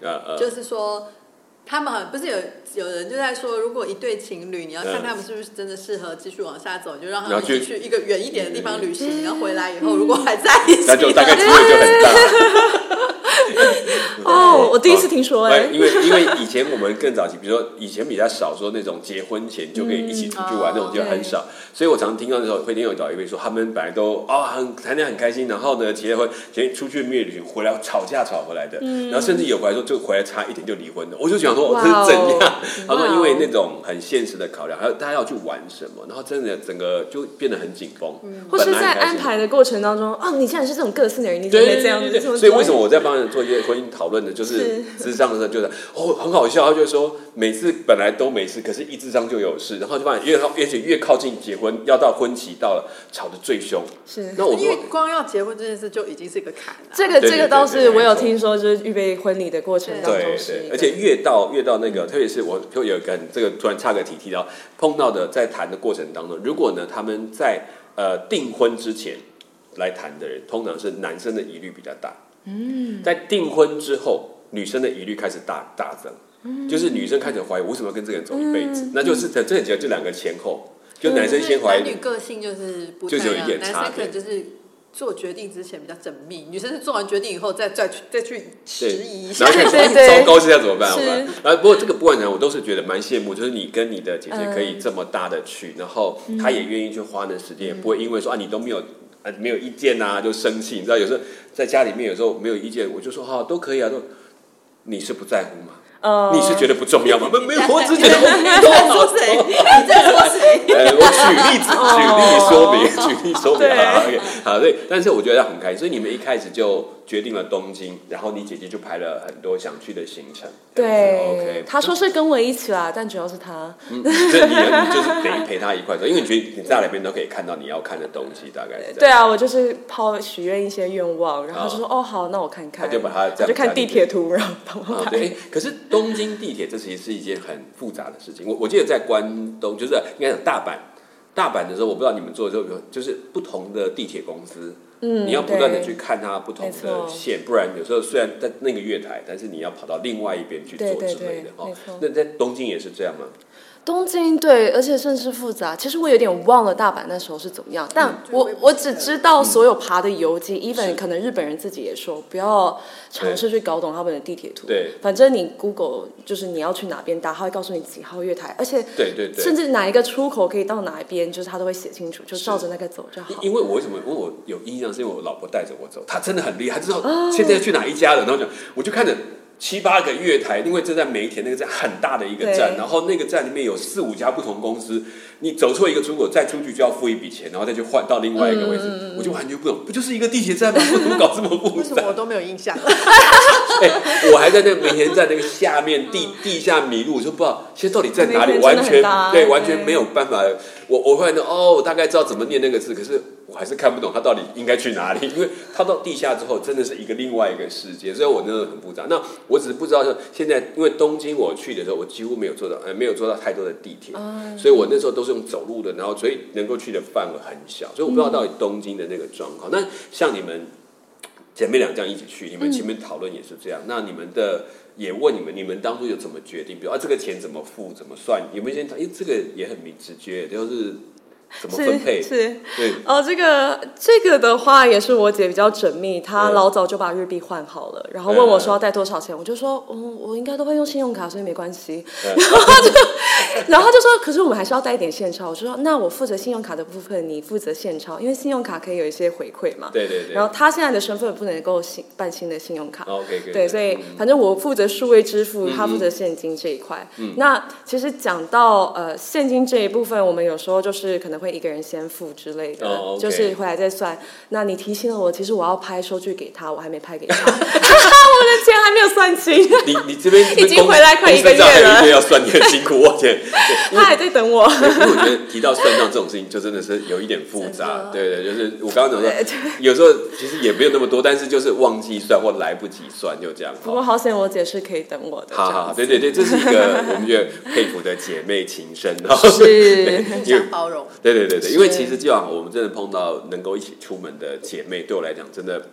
Speaker 1: 呃呃，
Speaker 2: 就是说。他们好像不是有有人就在说，如果一对情侣，你要看
Speaker 1: 嗯
Speaker 2: 他们是不是真的适合继续往下走，你就让他
Speaker 1: 然
Speaker 2: 们
Speaker 1: 后
Speaker 2: 一
Speaker 1: 去
Speaker 2: 起去一个远一点的地方旅行，然后回来以后，如果还在一起，
Speaker 1: 那就大概机会就很大。
Speaker 3: 哦，我第一次听说哎、
Speaker 1: 因为因为以前我们更早期，比如说以前比较少说那种结婚前就可以一起出去玩、
Speaker 2: 嗯
Speaker 1: 那种就很
Speaker 3: 哦
Speaker 1: 少，所以我常听到的时候会听有导游会说，他们本来都啊、很谈恋爱很开心，然后呢结婚前出去蜜月旅行回来吵架吵回来的，
Speaker 3: 嗯
Speaker 1: 然后甚至有回来说就回来差一点就离婚的，我就想说我
Speaker 3: 哇
Speaker 1: 这是
Speaker 3: 哦
Speaker 1: 怎样？他说
Speaker 2: 哇哦
Speaker 1: 因为那种很现实的考量，还有大家要去玩什么，然后真的整个就变得很紧绷，
Speaker 3: 或
Speaker 1: 本
Speaker 3: 是
Speaker 1: 来很
Speaker 3: 在
Speaker 1: 开心
Speaker 3: 安排的过程当中，哦，你竟然是这种个性的人，你怎么
Speaker 1: 对
Speaker 3: 会这样
Speaker 1: 对
Speaker 3: 子？
Speaker 1: 对
Speaker 3: 这
Speaker 1: 对所以为什么
Speaker 3: 我
Speaker 1: 我在帮人做一些婚姻讨论呢？就是智商的时候，就是哦，很好笑，他就说每次本来都没事，可是一智商就有事，然后就发现越靠，而且越靠近结婚，要到婚期到了，吵得最凶。
Speaker 3: 是
Speaker 1: 那我
Speaker 2: 因
Speaker 1: 说
Speaker 2: 为光要结婚这件事就已经是个坎了。
Speaker 3: 这个
Speaker 1: 对
Speaker 3: 这个倒
Speaker 1: 对对
Speaker 3: 是
Speaker 1: 对
Speaker 3: 我有
Speaker 1: 没错
Speaker 3: 听说，就是预备婚礼的过程当
Speaker 1: 对
Speaker 3: 中是一
Speaker 1: 对，
Speaker 3: 个，嗯
Speaker 1: 而且越到越到那个，特别是我就有一个很这个突然插个题提到碰到的，在谈的过程当中，如果呢他们在呃订婚之前来谈的人，通常是男生的疑虑比较大，嗯，在订婚之后，女生的疑虑开始大大增，
Speaker 3: 嗯
Speaker 1: 就是女生开始怀疑我为什么要跟这个人走一辈子，那就是这这就两个前后，
Speaker 3: 嗯
Speaker 1: 就男生先怀
Speaker 2: 男
Speaker 1: 疑
Speaker 2: 女个性就是不
Speaker 1: 就是有一
Speaker 2: 太样
Speaker 1: 点
Speaker 2: 男
Speaker 1: 差
Speaker 2: 生可能
Speaker 1: 别
Speaker 2: 就是做决定之前比较缜密，女生是做完决定以后再再去再去迟
Speaker 1: 对，
Speaker 2: 疑一下
Speaker 1: 然后。开始哎
Speaker 3: 对对
Speaker 1: 糟糕，现在怎么办？
Speaker 3: 是
Speaker 1: 好吧，然后不过这个不管怎样，我都是觉得蛮羡慕，就是你跟你的姐姐可以这么大的去，然后她也愿意去花那时间，也不会因为说啊你都没有。啊，没有意见呐、就生气。你知道，有时候在家里面，有时候没有意见，我就说哈、都可以啊。都，你是不在乎吗？
Speaker 3: 呃，
Speaker 1: 你是觉得不重要吗？没没 有，我只觉得我都好。
Speaker 2: 谁？你在说谁？
Speaker 1: 呃，我举例子，举例说明， 举例说明，
Speaker 3: 哦对
Speaker 1: 好，OK，好，对，但是我觉得很开心，所以你们一开始就决定了东京，然后你姐姐就排了很多想去的行程，这样子
Speaker 3: 对
Speaker 1: 哦，OK，，
Speaker 3: 他说是跟我一起啦，但主要是他，
Speaker 1: 嗯，这你你就是得陪她一块走，因为你觉得你在哪边都可以看到你要看的东西，大概是这
Speaker 3: 对
Speaker 1: 样，
Speaker 3: 啊，我就是抛许愿一些愿望，然后就说哦好，那我看看，
Speaker 1: 他就把它这样
Speaker 3: 我就看
Speaker 1: 加进
Speaker 3: 地
Speaker 1: 去
Speaker 3: 铁图，然后帮
Speaker 1: 啊，
Speaker 3: 我拍
Speaker 1: 对， 诶可是东京地铁这其实是一件很复杂的事情。我我记得在关东，就是应该讲大阪，大阪的时候，我不知道你们做的时候有没有，就是不同的地铁公司，
Speaker 3: 嗯
Speaker 1: 你要不断的
Speaker 3: 对
Speaker 1: 去看它不同
Speaker 3: 没
Speaker 1: 的
Speaker 3: 错
Speaker 1: 线，不然有时候虽然在那个月台，但是你要跑到另外一边去做
Speaker 3: 对对
Speaker 1: 之类的
Speaker 3: 对
Speaker 1: 哈
Speaker 3: 没错。
Speaker 1: 那在东京也是这样吗？
Speaker 3: 东京对，而且甚至复杂。其实我有点忘了大阪那时候是怎么样，
Speaker 1: 嗯
Speaker 3: 但我我只知道所有爬的游记、e v e
Speaker 1: 是
Speaker 3: n 可能日本人自己也说，不要尝试去搞懂他们的地铁图。
Speaker 1: 对
Speaker 3: 反正你 Google 就是你要去哪边搭，他会告诉你几号月台，而且
Speaker 1: 对对对
Speaker 3: 甚至哪一个出口可以到哪一边，就是他都会写清楚，就照着那个走就好。
Speaker 1: 因因为我为什么问我有印象，是因为我老婆带着我走，她真的很厉害，她知道
Speaker 2: 哦
Speaker 1: 现在要去哪一家了，然后就我就看着。七八个月台，因为这在梅田那个站很大的一个站，
Speaker 3: 对
Speaker 1: 然后那个站里面有四五家不同公司，你走错一个出口，再出去就要付一笔钱，然后再去换到另外一个位
Speaker 2: 嗯
Speaker 1: 置，我就完全不懂，不就是一个地铁站吗？我怎么搞这么复
Speaker 2: 为什么
Speaker 1: 杂
Speaker 2: 我？都没有印象？
Speaker 1: 哎、我还在那个梅田站那个下面地地下迷路，我就不知道现在到底在哪里，
Speaker 3: 嗯梅田真的
Speaker 1: 完
Speaker 3: 很
Speaker 1: 全
Speaker 3: 大啊
Speaker 1: 对，
Speaker 3: 对
Speaker 1: 完全没有办法。我我会呢，哦，我大概知道怎么念那个字，可是我还是看不懂它到底应该去哪里， 因为它到地下之后真的是一个另外一个世界，所以我真的很复杂。那我只是不知道说现在，因为东京我去的时候，我几乎没有坐到，呃，没有坐到太多的地铁，
Speaker 3: 啊
Speaker 1: 所以我那时候都是用走路的，然后所以能够去的范围很小，所以我不知
Speaker 3: 嗯
Speaker 1: 道到底东京的那个状况。那像你们姐妹俩这样一起去，你
Speaker 3: 嗯
Speaker 1: 们前面讨论也是这样。那你们的也问你们，你们当初有怎么决定？比如啊，这个钱怎么付，怎么算？有没有先讨？因为这个也很明直觉，就是怎么分配
Speaker 3: 是。是，
Speaker 1: 对，
Speaker 3: 哦，这个这个的话也是我姐比较缜密，她
Speaker 1: 嗯
Speaker 3: 老早就把日币换好了，然后问我说要带多少钱，我就说，嗯，我应该都会用信用卡，所以没关系。
Speaker 1: 嗯
Speaker 3: 然后就，然后她就说，可是我们还是要带一点现钞。我就说，那我负责信用卡的部分，你负责现钞，因为信用卡可以有一些回馈嘛。
Speaker 1: 对对哦对。
Speaker 3: 然后她现在的身份不能够新办新的信用卡，
Speaker 1: OK，
Speaker 3: 对，所以反正我负责数位支付，
Speaker 1: 嗯
Speaker 3: 他负责现金这一块。那其实讲到呃现金这一部分，我们有时候就是可能会一个人先付之类的，
Speaker 1: 哦，OK
Speaker 3: 就是回来再算。那你提醒了我，其实我要拍收据给他，我还没拍给他， 我的钱还没有算清，
Speaker 1: 你你这 边
Speaker 3: 已经回来快一个月了
Speaker 1: 公司上还有一个月要算，你很辛苦，我 天。
Speaker 3: 他还在等我。
Speaker 1: 因为我觉得提到算账这种事情，就真的是有一点复杂。
Speaker 2: 真的
Speaker 1: 对对，就是我刚刚讲
Speaker 3: 哦对
Speaker 1: 说，有时候其实也没有那么多，但是就是忘记算或来不及算，就这样。
Speaker 3: 不过好险，我姐是可以等我的。
Speaker 1: 好
Speaker 3: 这 样
Speaker 1: 好，对对对，这是一个我们觉得佩服的姐妹情 深哦。
Speaker 3: 是
Speaker 2: 互
Speaker 1: 因为
Speaker 2: 相包容。
Speaker 1: 对对对对，因为其实今晚我们真的碰到能够一起出门的姐妹，对我来讲真的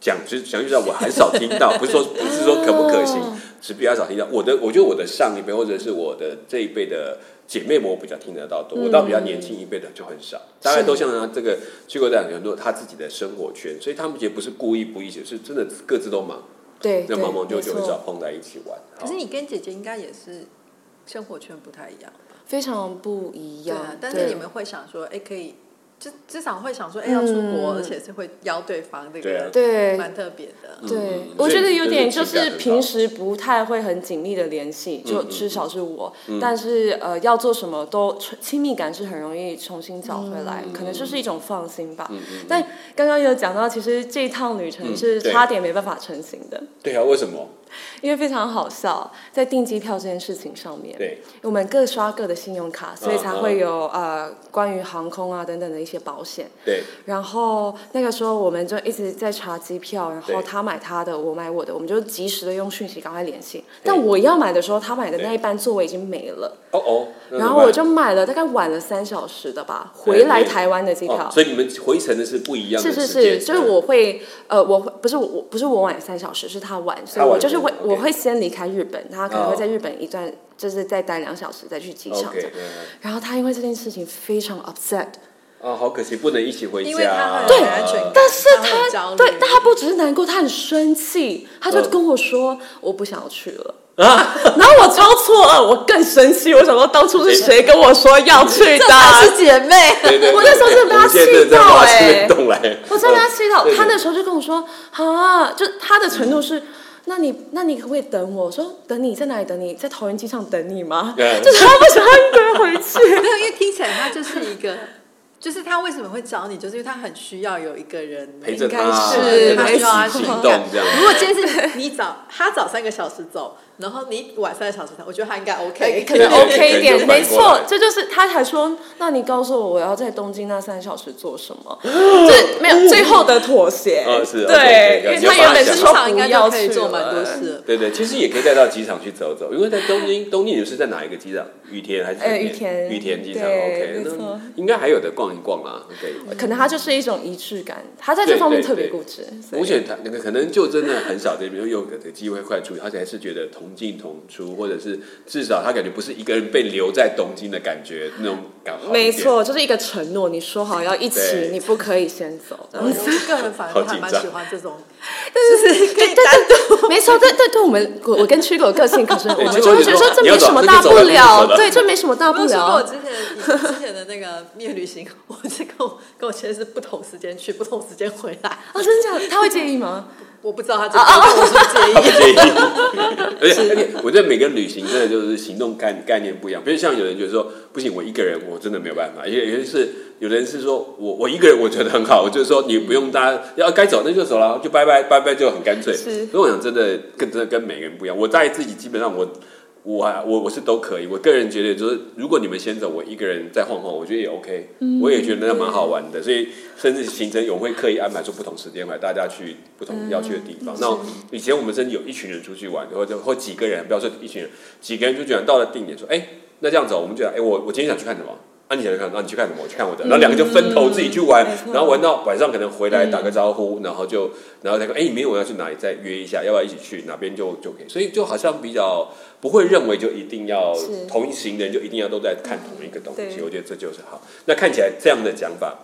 Speaker 1: 讲就讲句实话，我很少听 到，不是说不是说可不可行，
Speaker 3: 嗯
Speaker 1: 是比较少听到。我的我觉得我的上一辈或者是我的这一辈的姐妹们，我比较听得到多，
Speaker 3: 嗯
Speaker 1: 我到比较年轻一辈的就很少，大概都像他这个去过这两年多他自己的生活圈，所以他们也不是故意不一起，是真的各自都忙。
Speaker 3: 对，
Speaker 1: 那
Speaker 3: 对
Speaker 1: 毛毛就
Speaker 3: 没
Speaker 1: 就会
Speaker 3: 错
Speaker 1: 找碰在一起玩。好
Speaker 2: 可
Speaker 3: 哦
Speaker 2: 是你跟姐姐应该也是生活圈不太一样，
Speaker 3: 非常不一
Speaker 2: 对
Speaker 3: 样。
Speaker 2: 啊。但
Speaker 3: 对
Speaker 2: 是你们会想说，哎，可以，就至少会想说，哎，要出国，
Speaker 3: 嗯
Speaker 2: 而且是会邀对方这
Speaker 1: 对啊
Speaker 2: 个，
Speaker 3: 对
Speaker 2: 蛮特别的。
Speaker 3: 对
Speaker 1: 嗯，
Speaker 3: 我觉得有点
Speaker 1: 所
Speaker 3: 就
Speaker 1: 以就是情感
Speaker 3: 是
Speaker 1: 很好
Speaker 3: 平时不太会很紧密的联系，就
Speaker 1: 嗯嗯
Speaker 3: 至少是我。但是呃，要做什么都亲密感是很容易重新找回来，
Speaker 1: 嗯
Speaker 3: 可能就是一种放心吧。但刚刚有讲到，其实这一趟旅程
Speaker 1: 嗯
Speaker 3: 是
Speaker 1: 对
Speaker 3: 差点没办法成行的，
Speaker 1: 对啊，为什么？
Speaker 3: 因为非常好笑，在订机票这件事情上面，
Speaker 1: 对，
Speaker 3: 我们各刷各的信用卡，所以才
Speaker 1: 嗯嗯
Speaker 3: 会有呃关于航空啊等等的一些保险。
Speaker 1: 对，
Speaker 3: 然后那个时候我们就一直在查机票，然
Speaker 1: 对
Speaker 3: 后他买他的，我买我的，我们就及时的用讯息赶快联系。但我要买的时候，他买的那一班座位已经没了，
Speaker 1: 哦哦，那
Speaker 3: 然
Speaker 1: 怎么
Speaker 3: 后我
Speaker 1: 办
Speaker 3: 就买了大概晚了三小时的吧，回来台湾的机票
Speaker 1: 哦。所以你们回程的是不一样的
Speaker 3: 是是
Speaker 1: 哦时间
Speaker 3: 是，就是我会，呃，我会不是我不是我晚三小时，是他晚，所以
Speaker 1: 晚
Speaker 3: 我就是
Speaker 1: 嗯
Speaker 3: 会
Speaker 1: ，OK 哦
Speaker 3: 我会先离开日本，他可能会在日本一段，就是再待两小时再去机场
Speaker 1: OK，
Speaker 3: 这样。
Speaker 1: 嗯
Speaker 3: 然后他因为这件事情非常 upset，
Speaker 1: 啊，好可惜不能一起回家，
Speaker 2: 因为他很
Speaker 3: 对
Speaker 2: 有安全感，
Speaker 3: 但是
Speaker 2: 他会
Speaker 3: 他
Speaker 2: 焦虑嗯
Speaker 3: 对，但他不只是难过，他很生气，他就跟我说、我不想要去了。
Speaker 2: 啊
Speaker 3: 然后我超错愕，我更生气。我想说，当初是谁跟我说要去
Speaker 2: 这才
Speaker 3: 的？
Speaker 2: 是姐妹。
Speaker 1: 对对对
Speaker 3: 我那时候真的被他
Speaker 1: 我现在真的
Speaker 3: 气到
Speaker 1: 挖出
Speaker 3: 欸
Speaker 1: 洞来，
Speaker 3: 我真的被他气到
Speaker 1: 对。对
Speaker 3: 他那时候就跟我说：“啊，就他的程度是，
Speaker 2: 嗯
Speaker 3: 那你那你可不可以等我？我说等你在哪里等你？在桃园机场等你吗？
Speaker 1: 嗯
Speaker 3: 就是他不想要一个人回去。
Speaker 2: 没有， 因为听起来他就是一个，就是他为什么会找你，就是因为他很需要有一个人
Speaker 1: 陪着
Speaker 3: 应该
Speaker 1: 他，
Speaker 3: 是
Speaker 1: 陪
Speaker 2: 他
Speaker 1: 他
Speaker 2: 需
Speaker 1: 一
Speaker 2: 要安
Speaker 1: 起
Speaker 2: 全
Speaker 1: 行
Speaker 2: 感
Speaker 1: 动这样。
Speaker 2: 如果今天是你早，他早三个小时走，然后你晚三个小时走，我觉得他应该 OK，
Speaker 3: 可能
Speaker 1: 对
Speaker 3: OK 一
Speaker 1: 可
Speaker 3: 点，
Speaker 1: 能就
Speaker 3: 没
Speaker 1: 反过
Speaker 3: 错
Speaker 1: 来，
Speaker 3: 这就是他才说，那你告诉我我要在东京那三小时做什 么？这没有最后的妥协
Speaker 1: 哦，是
Speaker 3: 对
Speaker 1: OK，OK，，
Speaker 3: 因为
Speaker 1: 有
Speaker 3: 他原本是
Speaker 1: 机
Speaker 3: 说
Speaker 2: 场应
Speaker 3: 不
Speaker 2: 该
Speaker 3: 要
Speaker 2: 就可以
Speaker 3: 去
Speaker 2: 做蛮多
Speaker 3: 了
Speaker 2: 事。了。
Speaker 1: 对对，其实也可以带到机场去走走，因为在东京，东京你是在哪一个机场？羽田还是什么
Speaker 3: 呃羽田
Speaker 1: 羽田机场
Speaker 3: 对
Speaker 1: ，OK，
Speaker 3: 没错
Speaker 1: 那应该还有的逛一逛啦，OK。
Speaker 3: 可能他就是一种仪式感，他在这方面特别固执。所以
Speaker 1: 而且他那个可能就真的很少这边有个机会快出，他才是觉得同进同出，或者是至少他感觉不是一个人被留在东京的感觉那种感好一点
Speaker 3: 没，错，就是一个承诺，你说好要一起
Speaker 1: 对，
Speaker 3: 你不可以先走。这
Speaker 2: 我
Speaker 3: 样子
Speaker 2: 个人反
Speaker 1: 好
Speaker 2: 而
Speaker 1: 紧
Speaker 2: 还
Speaker 1: 张
Speaker 2: 蛮喜欢这种，嗯就是可以单独
Speaker 3: 没错，但但对我们，我我跟曲狗个性可 是，我
Speaker 1: 对
Speaker 3: 们
Speaker 1: 哎就
Speaker 3: 就会
Speaker 1: 会
Speaker 3: 觉
Speaker 1: 觉
Speaker 3: 得
Speaker 1: 得说
Speaker 3: 说这
Speaker 1: 你要
Speaker 3: 没
Speaker 1: 走
Speaker 3: 什么
Speaker 1: 你就
Speaker 3: 大
Speaker 1: 走
Speaker 3: 不
Speaker 1: 吧你就
Speaker 3: 了
Speaker 1: 走，吧
Speaker 3: 对，这没什么大
Speaker 2: 我
Speaker 3: 不
Speaker 2: 有说过，我
Speaker 3: 了。
Speaker 2: 之前以前之前的那个蜜月旅行， 我是跟我跟我先生是不同时间去，不同时间回来。
Speaker 3: 哦，真的假的？他会介意吗？
Speaker 2: 我不知道他这个，我
Speaker 1: 他
Speaker 2: 不
Speaker 1: 不
Speaker 2: 介
Speaker 1: 介
Speaker 2: 意。
Speaker 1: 意。而且而且，我觉得每个人旅行真的就是行动概概念不一样。比如像有人觉得说，不行，我一个人我真的没有办法。有有些是有人是说我我一个人我觉得很好，我就是说你不用大家要该走那就走了，就拜拜拜拜就很干脆。
Speaker 3: 是
Speaker 1: 所以我想真的跟真的跟每个人不一样。我在自己基本上我。我啊我我是都可以，我个人觉得就是，如果你们先走，我一个人再晃晃，我觉得也 OK，、我
Speaker 3: 嗯
Speaker 1: 也觉得那蛮好玩的，所以甚至行程我会刻意安排出不同时间来，大家去不同要去的地方。
Speaker 3: 嗯
Speaker 1: 那以前我们甚至有一群人出去玩，或者或几个人，不要说一群人，几个人出去玩，到了定点说，哎、那这样子哦，我们就讲，哎、我我今天想去看什么？啊，你想去看，那、你去看什么？我去看我的，然后两个就分头自己去玩，
Speaker 3: 嗯没错嗯
Speaker 1: 然后玩到晚上可能回来打个招呼，然后就然后再说，哎、明天我要去哪里再约一下，要不要一起去哪边就就可以，所以就好像比较不会认为就一定要
Speaker 3: 是
Speaker 1: 同一行人就一定要都在看同一个东西，
Speaker 3: 对
Speaker 1: 我觉得这就是好。那看起来这样的讲法。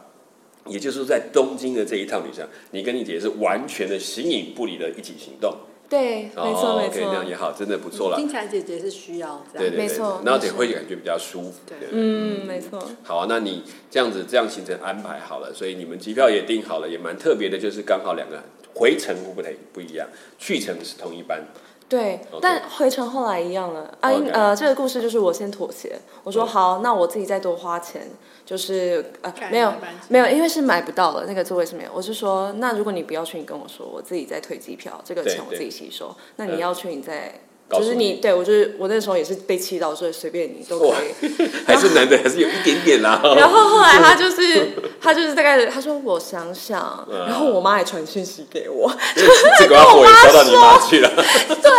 Speaker 1: 也就是说在东京的这一趟旅程，你跟你姐姐是完全的形影不离的一起行动，
Speaker 3: 对，没错
Speaker 1: 哦
Speaker 3: 没
Speaker 1: OK，那
Speaker 3: 错
Speaker 1: 样。也好，真的不错啦。
Speaker 2: 哦听起来姐姐是需要这
Speaker 1: 对
Speaker 2: 样，
Speaker 1: 对对，
Speaker 3: 没错
Speaker 1: 然后
Speaker 3: 没
Speaker 1: 也
Speaker 3: 错
Speaker 1: 会感觉比较舒服。
Speaker 2: 对
Speaker 1: 对不对
Speaker 3: 嗯，没错。
Speaker 1: 好啊，那你这样子这样行程安排好了，所以你们机票也订好了，也蛮特别的，就是刚好两个回程不太不一样，去程是同一班。
Speaker 3: 对
Speaker 1: OK
Speaker 3: 但回程后来一样了。啊
Speaker 1: OK
Speaker 3: 呃，这个故事就是我先妥协，我说
Speaker 1: 嗯
Speaker 3: 好，那我自己再多花钱，就是呃
Speaker 2: 改
Speaker 3: 没有
Speaker 2: 买班机
Speaker 3: 没有，因为是买不到了，那个座位是没有。我是说，那如果你不要去，你跟我说，我自己再退机票，这个
Speaker 1: 对
Speaker 3: 钱我
Speaker 1: 对
Speaker 3: 自己吸收。那你
Speaker 1: 嗯
Speaker 3: 要去，你再。
Speaker 1: 告
Speaker 3: 就
Speaker 1: 诉
Speaker 3: 是
Speaker 1: 你
Speaker 3: 你，对我就是我那时候也是被气到，所以随便你都可
Speaker 1: 哇
Speaker 3: 以。
Speaker 1: 还是男的还是有一点点啦。 哦
Speaker 3: 然后后来他就是他就是大概他说我想想，
Speaker 1: 嗯
Speaker 3: 然后我妈还传讯息给我，
Speaker 1: 这个要火也烧到你妈去了。
Speaker 3: 对，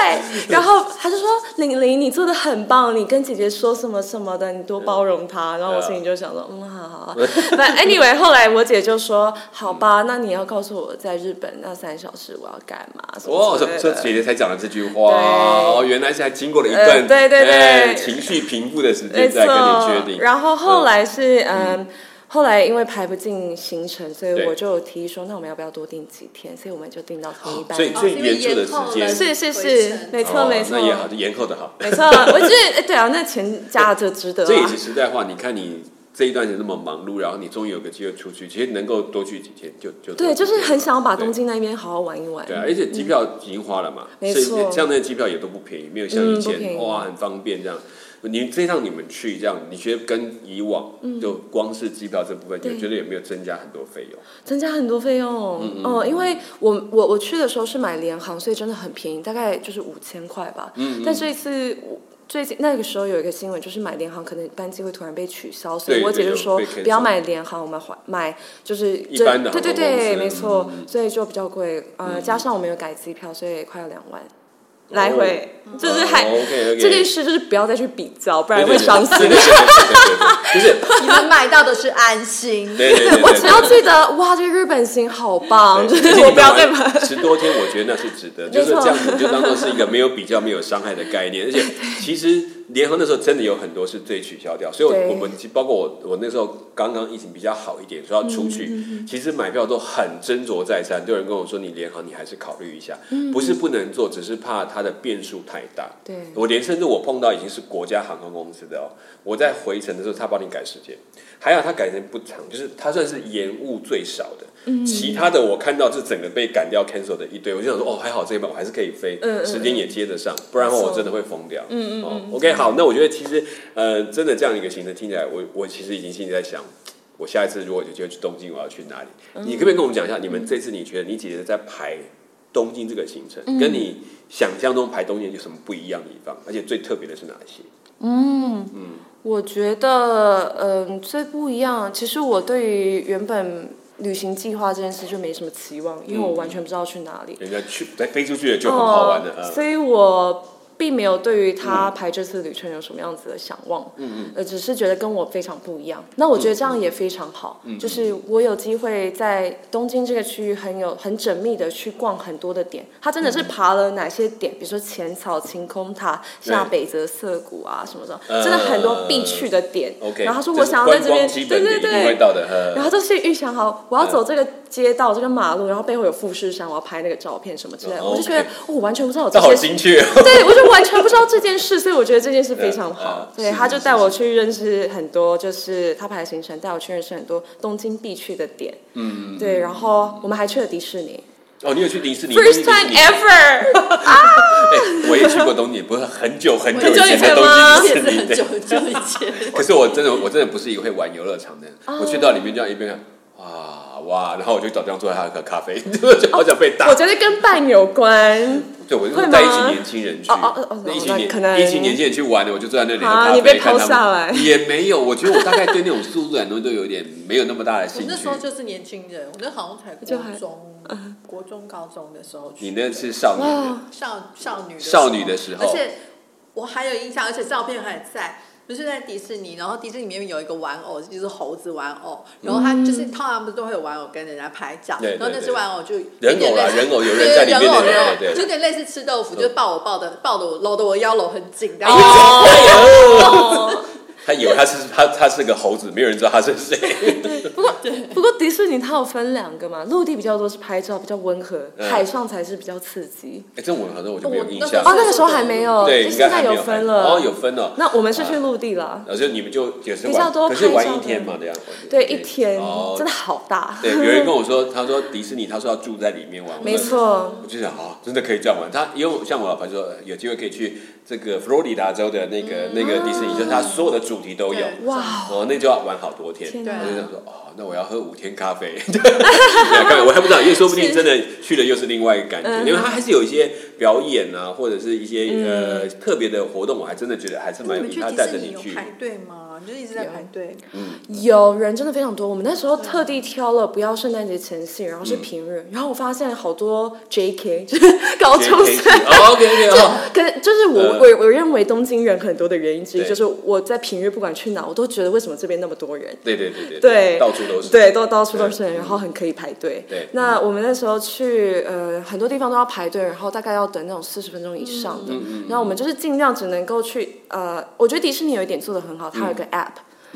Speaker 3: 然后他就说：“玲玲，你做的很棒，你跟姐姐说什么什么的，你多包容她。”
Speaker 1: 啊
Speaker 3: 然后我心里就想说：“嗯，好好好。”那 anyway，后来我姐就说：“好
Speaker 1: 嗯
Speaker 3: 吧，那你要告诉我在日本那三小时我要干嘛？”什
Speaker 1: 哇，
Speaker 3: 么之
Speaker 1: 说
Speaker 3: 类
Speaker 1: 说
Speaker 3: 的
Speaker 1: 姐姐才讲了这句话，哦，原来是还经过了一段
Speaker 3: 呃对对对
Speaker 1: 哎情绪平复的时
Speaker 3: 没
Speaker 1: 间
Speaker 3: 错
Speaker 1: 再跟你确定。
Speaker 3: 然后后来是嗯。后来因为排不进行程，所以
Speaker 1: 对
Speaker 3: 我就有提议说，那我们要不要多订几天？所以我们就订到同一班。
Speaker 1: 哦所以
Speaker 2: 哦
Speaker 1: 最原著的时间
Speaker 3: 是是是，没错
Speaker 1: 哦
Speaker 3: 没错，
Speaker 1: 那也好，就延后的好。
Speaker 3: 没错，我觉得哎对啊，那钱加着值得、啊。
Speaker 1: 这也是实在话，你看你这一段时间那么忙碌，然后你终于有个机会出去，其实能够多去几天就就
Speaker 3: 对，就是很想要把东
Speaker 1: 东
Speaker 3: 京那边好好玩一玩。
Speaker 1: 对啊，而且机票已经花了嘛，
Speaker 3: 没
Speaker 1: 所以
Speaker 3: 错
Speaker 1: 像那机票也都不便宜，没有像
Speaker 3: 嗯
Speaker 1: 以
Speaker 3: 不便
Speaker 1: 前
Speaker 3: 宜
Speaker 1: 哇很方便这样。你这趟你们去这样，你觉得跟以往就光是机票这部分，
Speaker 3: 对
Speaker 1: 你觉得有没有增加很多费用？
Speaker 3: 增加很多费用。嗯因为我我我去的时候是买联航，所以真的很便宜，大概就是五千块吧。
Speaker 1: 嗯
Speaker 3: 但这一次我。最近那个时候有一个新闻，就是买联航可能班机会突然被取消，所以
Speaker 1: 对
Speaker 3: 我姐
Speaker 1: 对
Speaker 3: 就
Speaker 1: 有
Speaker 3: 说
Speaker 1: 被 cancel
Speaker 3: 不要买联航，我们还买就是一
Speaker 1: 般的
Speaker 3: 对
Speaker 1: 航空
Speaker 3: 对
Speaker 1: 公
Speaker 3: 对，
Speaker 1: 司
Speaker 3: 没错，
Speaker 1: 嗯
Speaker 3: 所以就比较贵。呃，加上我们有改机票，所以快要两
Speaker 1: 哦
Speaker 3: 万来回，就是还、
Speaker 1: OK OK，
Speaker 3: 这件事就是不要再去比较，不
Speaker 1: 哦对
Speaker 3: 然
Speaker 1: 对
Speaker 3: 会
Speaker 1: 对
Speaker 3: 伤
Speaker 1: 对
Speaker 3: 心
Speaker 1: 对。对对对对，就是
Speaker 2: 你们买到的是安心。
Speaker 1: 对对对对，
Speaker 3: 我只要记得，哇，这个日本行好棒，就
Speaker 1: 对
Speaker 3: 是我不要再买。
Speaker 1: 十多天，我觉得那是值得，就是这样子，就当做是一个没有比较、没有伤害的概 念。而且其实联合那时候真的有很多是被取消掉，所以
Speaker 3: 对
Speaker 1: 我我们包括我，我那时候刚刚疫情比较好一点，说要出
Speaker 3: 嗯
Speaker 1: 去，其实买票都很斟酌再三。都有人跟我说，你联航你还是考虑一下，
Speaker 3: 嗯
Speaker 1: 不是不能做，只是怕它的变数太大。
Speaker 3: 对
Speaker 1: 我连甚至我碰到已经是国家航空公司的哦，我在回程的时候他帮你改时间，还好他改成不长，就是他算是延误最少的。其他的我看到是整个被赶掉 cancel 的一堆，我就想说哦，还好这一班我还是可以飞，
Speaker 3: 嗯嗯
Speaker 1: 时间也接得上，不然的话
Speaker 3: 没错
Speaker 1: 我真的会疯掉。嗯嗯哦，OK，好，那我觉得其实呃，真的这样一个行程听起来，我我其实已经心里在想。我下一次如果有机会去东京，我要去哪里？你可不可以跟我们讲一下，你们这次你觉得你姐姐在排东京这个行程，跟你想象中排东京有什么不一样的地方？而且最特别的是哪些？
Speaker 3: 我觉得，嗯，最不一样，其实我对于原本旅行计划这件事就没什么期望，因为我完全不知道去哪里。
Speaker 1: 人家去再飞出去了就很好玩的
Speaker 3: 呃
Speaker 1: 啊。
Speaker 3: 所以我并没有对于他排这次旅程有什么样子的想望，嗯嗯，呃，只是觉得跟我非常不一样。那我觉得这样也非常好，
Speaker 1: 嗯
Speaker 3: 就是我有机会在东京这个区域很有很缜密的去逛很多的点，他真的是爬了哪些点，比如说浅草晴空塔、
Speaker 1: 对
Speaker 3: 下北泽涩谷啊什么的，
Speaker 1: 呃
Speaker 3: 真的很多必去的点。
Speaker 1: OK，
Speaker 3: 然后他说
Speaker 1: 这
Speaker 3: 我
Speaker 1: 是
Speaker 3: 想要在
Speaker 1: 观
Speaker 3: 这边，
Speaker 1: 光基
Speaker 3: 对
Speaker 1: 本
Speaker 3: 对
Speaker 1: 点一定会
Speaker 3: 对。
Speaker 1: 到的。呃
Speaker 3: 然后就是预想好，我要走这个街道、这个马路，然后背后有富士山，我要拍那个照片什么之类的，
Speaker 1: 哦
Speaker 3: 我就觉得
Speaker 1: OK
Speaker 3: 哦我完全不知道有
Speaker 1: 这
Speaker 3: 这
Speaker 1: 好
Speaker 3: 些
Speaker 1: 精确哦。
Speaker 3: 对，我就完全不知道这件事，所以我觉得这件事非常
Speaker 1: 嗯
Speaker 3: 好
Speaker 1: 嗯。是
Speaker 3: 对，他
Speaker 1: 是
Speaker 3: 就是带我去认识很多，就是他排行程带我去认识很多东京必去的点。嗯，对，然后我们还去了迪士尼
Speaker 1: 哦，你有去迪士尼
Speaker 3: ，first
Speaker 1: 东京迪士
Speaker 3: time
Speaker 1: 尼
Speaker 3: ever。
Speaker 1: 哎我也去过东京，不是很久很久
Speaker 3: 很久以
Speaker 1: 前的
Speaker 3: 前啊
Speaker 1: 东
Speaker 3: 吗
Speaker 1: 京迪士
Speaker 2: 也是
Speaker 1: 尼。
Speaker 2: 很
Speaker 1: 对
Speaker 2: 久很久以前，
Speaker 1: 可是我真的我真的不是一个会玩游乐场的人，
Speaker 3: 哦
Speaker 1: 我去到里面就要一边看，哇哇，然后我就找地方坐下来喝咖啡， 就好想被打
Speaker 3: 我。觉得跟伴有关
Speaker 1: 对，我就
Speaker 3: 会吗
Speaker 1: 带一群年轻人去，
Speaker 3: 哦哦哦
Speaker 1: 那一群
Speaker 3: 那
Speaker 1: 年
Speaker 3: 可能
Speaker 1: 一群年轻人去玩的，我就坐在那里喝
Speaker 3: 啊
Speaker 1: 咖啡，
Speaker 3: 你被
Speaker 1: 看他
Speaker 3: 抛
Speaker 1: 们
Speaker 3: 下来
Speaker 1: 也没有。我觉得我大概对那种速度感东西都有点没有那么大的
Speaker 2: 我
Speaker 1: 兴趣
Speaker 2: 那。时候就是年轻人，我那好像才
Speaker 3: 就还
Speaker 2: 国中、国中、高中的时候
Speaker 1: 嗯你
Speaker 2: 去，
Speaker 1: 那是少年人
Speaker 3: 哇，
Speaker 2: 少少女的
Speaker 1: 少女的时候
Speaker 2: 而且我还有印象，而且照片还在。就是在迪士尼，然后迪士尼里面有一个玩偶，就是猴子玩偶，然后它就是通常不是都会有玩偶跟人家拍照，
Speaker 1: 对对
Speaker 2: 然后那只
Speaker 1: 对
Speaker 2: 玩偶就有
Speaker 1: 人
Speaker 2: 点
Speaker 1: 偶啦
Speaker 2: 类似
Speaker 1: 人偶有人
Speaker 2: 对对
Speaker 1: 在里面
Speaker 2: 人偶
Speaker 1: 对对
Speaker 2: 人偶
Speaker 1: 对对
Speaker 2: 就有点类似吃豆腐，就是抱我抱的抱的我搂的我腰搂很紧，然后
Speaker 1: 哎
Speaker 3: 哦。
Speaker 1: 他以为他是他他是个猴子，没有人知道他是 谁。
Speaker 3: 不过不过迪士尼它有分两个嘛，陆地比较多是拍照比较温和，
Speaker 1: 嗯
Speaker 3: 海上才是比较刺激。
Speaker 1: 哎，这我好像我就没有印
Speaker 2: 我
Speaker 1: 象
Speaker 2: 那时
Speaker 3: 哦
Speaker 2: 候，
Speaker 3: 那个时候还没有，
Speaker 1: 对，应该
Speaker 3: 现
Speaker 1: 还
Speaker 3: 在
Speaker 1: 没有
Speaker 3: 分了。
Speaker 1: 哦，有分啊了。
Speaker 3: 那我们是去陆地了。
Speaker 1: 老师，你们就也是玩
Speaker 3: 比较多
Speaker 1: 可是
Speaker 3: 拍照
Speaker 1: 玩一
Speaker 3: 的
Speaker 1: 天嘛，这样。
Speaker 3: 对，一天
Speaker 1: 哦
Speaker 3: 真的好大。
Speaker 1: 对，有人跟我说，他说迪士尼，他说要住在里面玩。我
Speaker 3: 没
Speaker 1: 说
Speaker 3: 错，
Speaker 1: 我就想啊，真的可以这样玩。他因为像我老婆说，有机会可以去这个佛罗里达州的那个、那个迪士尼，就是它所有的主题都有。
Speaker 2: 对
Speaker 3: 嗯哇，
Speaker 1: 哦，那就要玩好多天。
Speaker 3: 天
Speaker 2: 哪
Speaker 1: 我就想说，哦，那我要喝五天咖啡。 没有开玩笑我还不知道，因为说不定真的去了又是另外一个感觉，
Speaker 3: 嗯
Speaker 1: 因为它还是有一些表演啊，或者是一些、呃
Speaker 3: 嗯
Speaker 1: 特别的活动，我还真的觉得还是蛮有
Speaker 2: 你们
Speaker 1: 意
Speaker 2: 去
Speaker 1: 义。他
Speaker 2: 迪
Speaker 1: 带
Speaker 2: 士
Speaker 1: 着
Speaker 2: 尼
Speaker 1: 你
Speaker 2: 有
Speaker 1: 去，
Speaker 2: 排队吗？你就一直在
Speaker 3: 有
Speaker 2: 排队。
Speaker 3: 有人真的非常多。我们那时候特地挑了不要圣诞节前夕，然
Speaker 1: 嗯
Speaker 3: 后是平日，然后我发现好多 JK 就是 高中
Speaker 1: 可以去。
Speaker 3: 生。
Speaker 1: 哦，OK OK 哦。
Speaker 3: 可 就是我
Speaker 1: 呃
Speaker 3: 我我认为东京人很多的原因之一，
Speaker 1: 对
Speaker 3: 就是我在平日不管去哪，我都觉得为什么这边那么多人。
Speaker 1: 对对对对
Speaker 3: 对，
Speaker 1: 到处都是。
Speaker 3: 对，都到处都是
Speaker 1: 对
Speaker 3: 人，然后很可以排队。
Speaker 1: 对
Speaker 3: 那我们那时候去呃很多地方都要排队，然后大概要等那种四十分钟以上
Speaker 1: 嗯嗯
Speaker 3: 的。那我们就是尽量只能够去呃，我觉得迪士尼有一点做的很好，它有一个 app。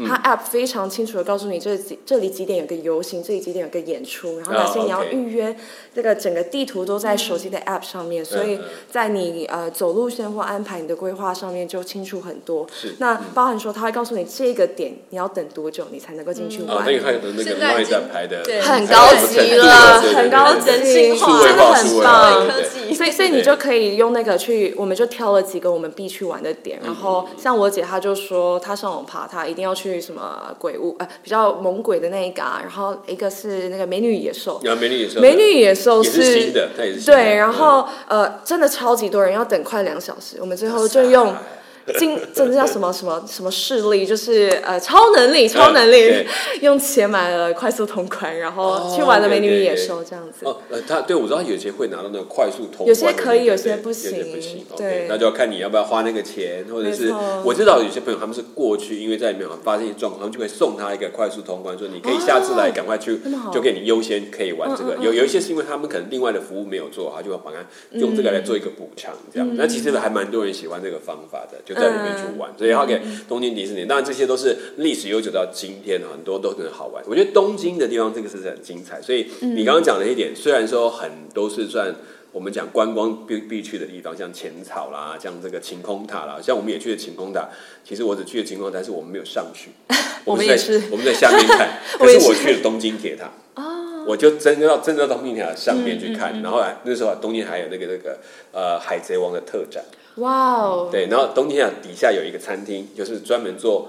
Speaker 3: 它 App 非常清楚的告诉你这几这里几点有个游行，这里几点有个演出，然后哪些你要
Speaker 1: 哦，OK
Speaker 3: 预约，这个整个地图都在手机的 App 上面，所以
Speaker 1: 嗯
Speaker 3: 在你呃走路线或安排你的规划上面就清楚很多
Speaker 1: 是。嗯
Speaker 3: 那包含说它会告诉你这个点你要等多久你才能够进去
Speaker 1: 哦，
Speaker 3: 玩。
Speaker 1: 那个看的那个
Speaker 2: 现在
Speaker 1: 贸易
Speaker 2: 已经
Speaker 1: 站排的
Speaker 2: 对
Speaker 3: 很高级了，
Speaker 1: 对对对对对
Speaker 3: 很高级，
Speaker 1: 对对
Speaker 2: 人性化
Speaker 1: 数位
Speaker 3: 真的
Speaker 1: 化数
Speaker 3: 很
Speaker 1: 位
Speaker 3: 棒
Speaker 1: 化。
Speaker 2: 科
Speaker 1: 对
Speaker 2: 技，
Speaker 3: 所以，所以你就可以用那个去，我们就挑了几个我们必去玩的点。
Speaker 1: 嗯
Speaker 3: 然后，像我姐她就说，她上网爬，她一定要去什么鬼屋，呃，比较猛鬼的那一个啊。然后一个是那个美女野兽，
Speaker 1: 然后啊美女也是
Speaker 3: 美女野兽
Speaker 1: 也是新的，它也是新的嗯
Speaker 3: 对，然后呃，真的超级多人，要等快两小时。我们最后就用 经，真的叫什么什么什么视力，就是呃超能力，超能力
Speaker 1: 嗯对，
Speaker 3: 用钱买了快速通关，然后
Speaker 1: 哦
Speaker 3: 去玩了美女
Speaker 1: 对
Speaker 3: 与
Speaker 1: 对
Speaker 3: 野
Speaker 1: 对
Speaker 3: 兽这样子。
Speaker 1: 哦，呃，他对我知道他有些会拿到那个快速通关的那个，
Speaker 3: 有些可以
Speaker 1: 对
Speaker 3: 有些
Speaker 1: 对
Speaker 3: 不行
Speaker 1: 有些不行。
Speaker 3: 对
Speaker 1: OK，那就要看你要不要花那个钱，或者
Speaker 3: 没
Speaker 1: 是
Speaker 3: 错
Speaker 1: 我知道有些朋友他们是过去，因为在里面发现一些状况，他们就会送他一个快速通关，说你可以下次来，
Speaker 3: 哦
Speaker 1: 赶快去
Speaker 3: 那么好，
Speaker 1: 就给你优先可以玩这
Speaker 3: 嗯
Speaker 1: 个
Speaker 3: 嗯。嗯
Speaker 1: 有有一些是因为他们可能另外的服务没有做好，就会把它用这个来
Speaker 3: 嗯
Speaker 1: 做一个补偿，这样。那其实还蛮多人喜欢这个方法的，就在里
Speaker 3: 嗯
Speaker 1: 面去玩，所以要给东京迪士尼。当然这些都是历史悠久到今天，很多都很好玩。我觉得东京的地方这个是很精彩，所以
Speaker 3: 嗯
Speaker 1: 你刚刚讲的一点，虽然说很都是算。我们讲观光必必去的地方，像浅草啦，像这个晴空塔啦，像我们也去了晴空塔。其实我只去了晴空塔，但是我们没有上去，
Speaker 3: 我们
Speaker 1: 在
Speaker 3: 也是。
Speaker 1: 我们在下面看
Speaker 3: 我
Speaker 1: 可
Speaker 3: 也
Speaker 1: 是
Speaker 3: 是哦
Speaker 1: 我去了东京铁塔，我就真的到真的到东京铁塔上面去
Speaker 3: 嗯
Speaker 1: 看，然后还那时候啊东京还有那个那个呃海贼王的特展，
Speaker 3: 哇哦！
Speaker 1: 对，然后东京铁塔底下有一个餐厅，就是专门做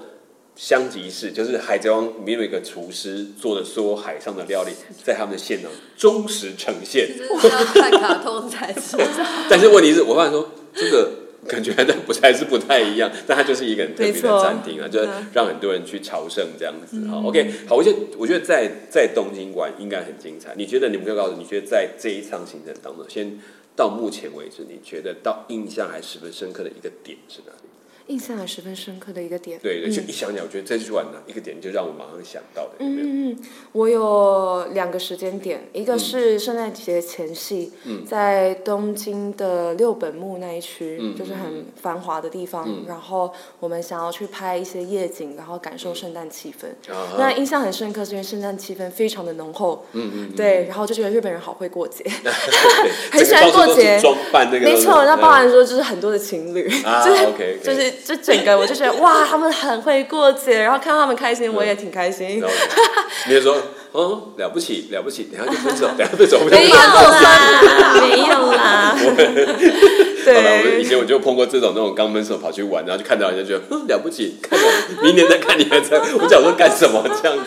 Speaker 1: 香吉士，就是海贼王里面有一个厨师做的所有海上的料理，在他们的现场忠实呈 现。
Speaker 2: 就是要看卡通才知道。
Speaker 1: 但是问题是我发现说这个。感觉还在不还是不太一样， 但它就是一个很特别
Speaker 3: 没
Speaker 1: 的
Speaker 3: 错
Speaker 1: 餐厅啊，就是
Speaker 3: 嗯
Speaker 1: 让很多人去朝圣这样子。好，OK，好，我觉得我觉得在在东京玩应该很精彩。你觉得你们可以告诉我，你觉得在这一趟行程当中，先到目前为止，你觉得到印象还十分深刻的一个点是哪里？
Speaker 3: 印象还十分深刻的一个点。
Speaker 1: 对对，
Speaker 3: 嗯
Speaker 1: 就一想起来，我觉得这去玩哪一个点就让我马上想到的，有嗯没有？
Speaker 3: 嗯嗯嗯，我有两个时间点，一个是圣诞节前夕，
Speaker 1: 嗯
Speaker 3: 在东京的六本木那一区，
Speaker 1: 嗯
Speaker 3: 就是很繁华的地方，
Speaker 1: 嗯
Speaker 3: 然后我们想要去拍一些夜景，然后感受圣诞气氛。
Speaker 1: 啊哈
Speaker 3: 那印象很深刻，是因为圣诞气氛非常的浓厚，
Speaker 1: 嗯嗯，
Speaker 3: 对，然后就觉得日本人好 会过节，
Speaker 1: 对
Speaker 3: 很喜欢
Speaker 1: 整个到处都
Speaker 3: 过节
Speaker 1: 是装扮那个，
Speaker 3: 没错，那包
Speaker 1: 包含。
Speaker 3: 含说就是很多的情侣，
Speaker 1: 啊
Speaker 3: 就是
Speaker 1: OK，OK
Speaker 3: 就是这整个我就觉得哇，他们很会过节，然后看到他们开心，我也挺开心。
Speaker 1: 然后你就说，嗯，了不起，了不起，等一下就分 手，等一下分手，我们就
Speaker 3: 没有啦，没有
Speaker 1: 好了，
Speaker 3: 啦。
Speaker 1: 我以
Speaker 3: 对，
Speaker 1: 前我就碰过这种那种刚分手跑去玩，然后就看到人家觉得哼了不起，看到明年再哦看你还在，我想说干什么这 样子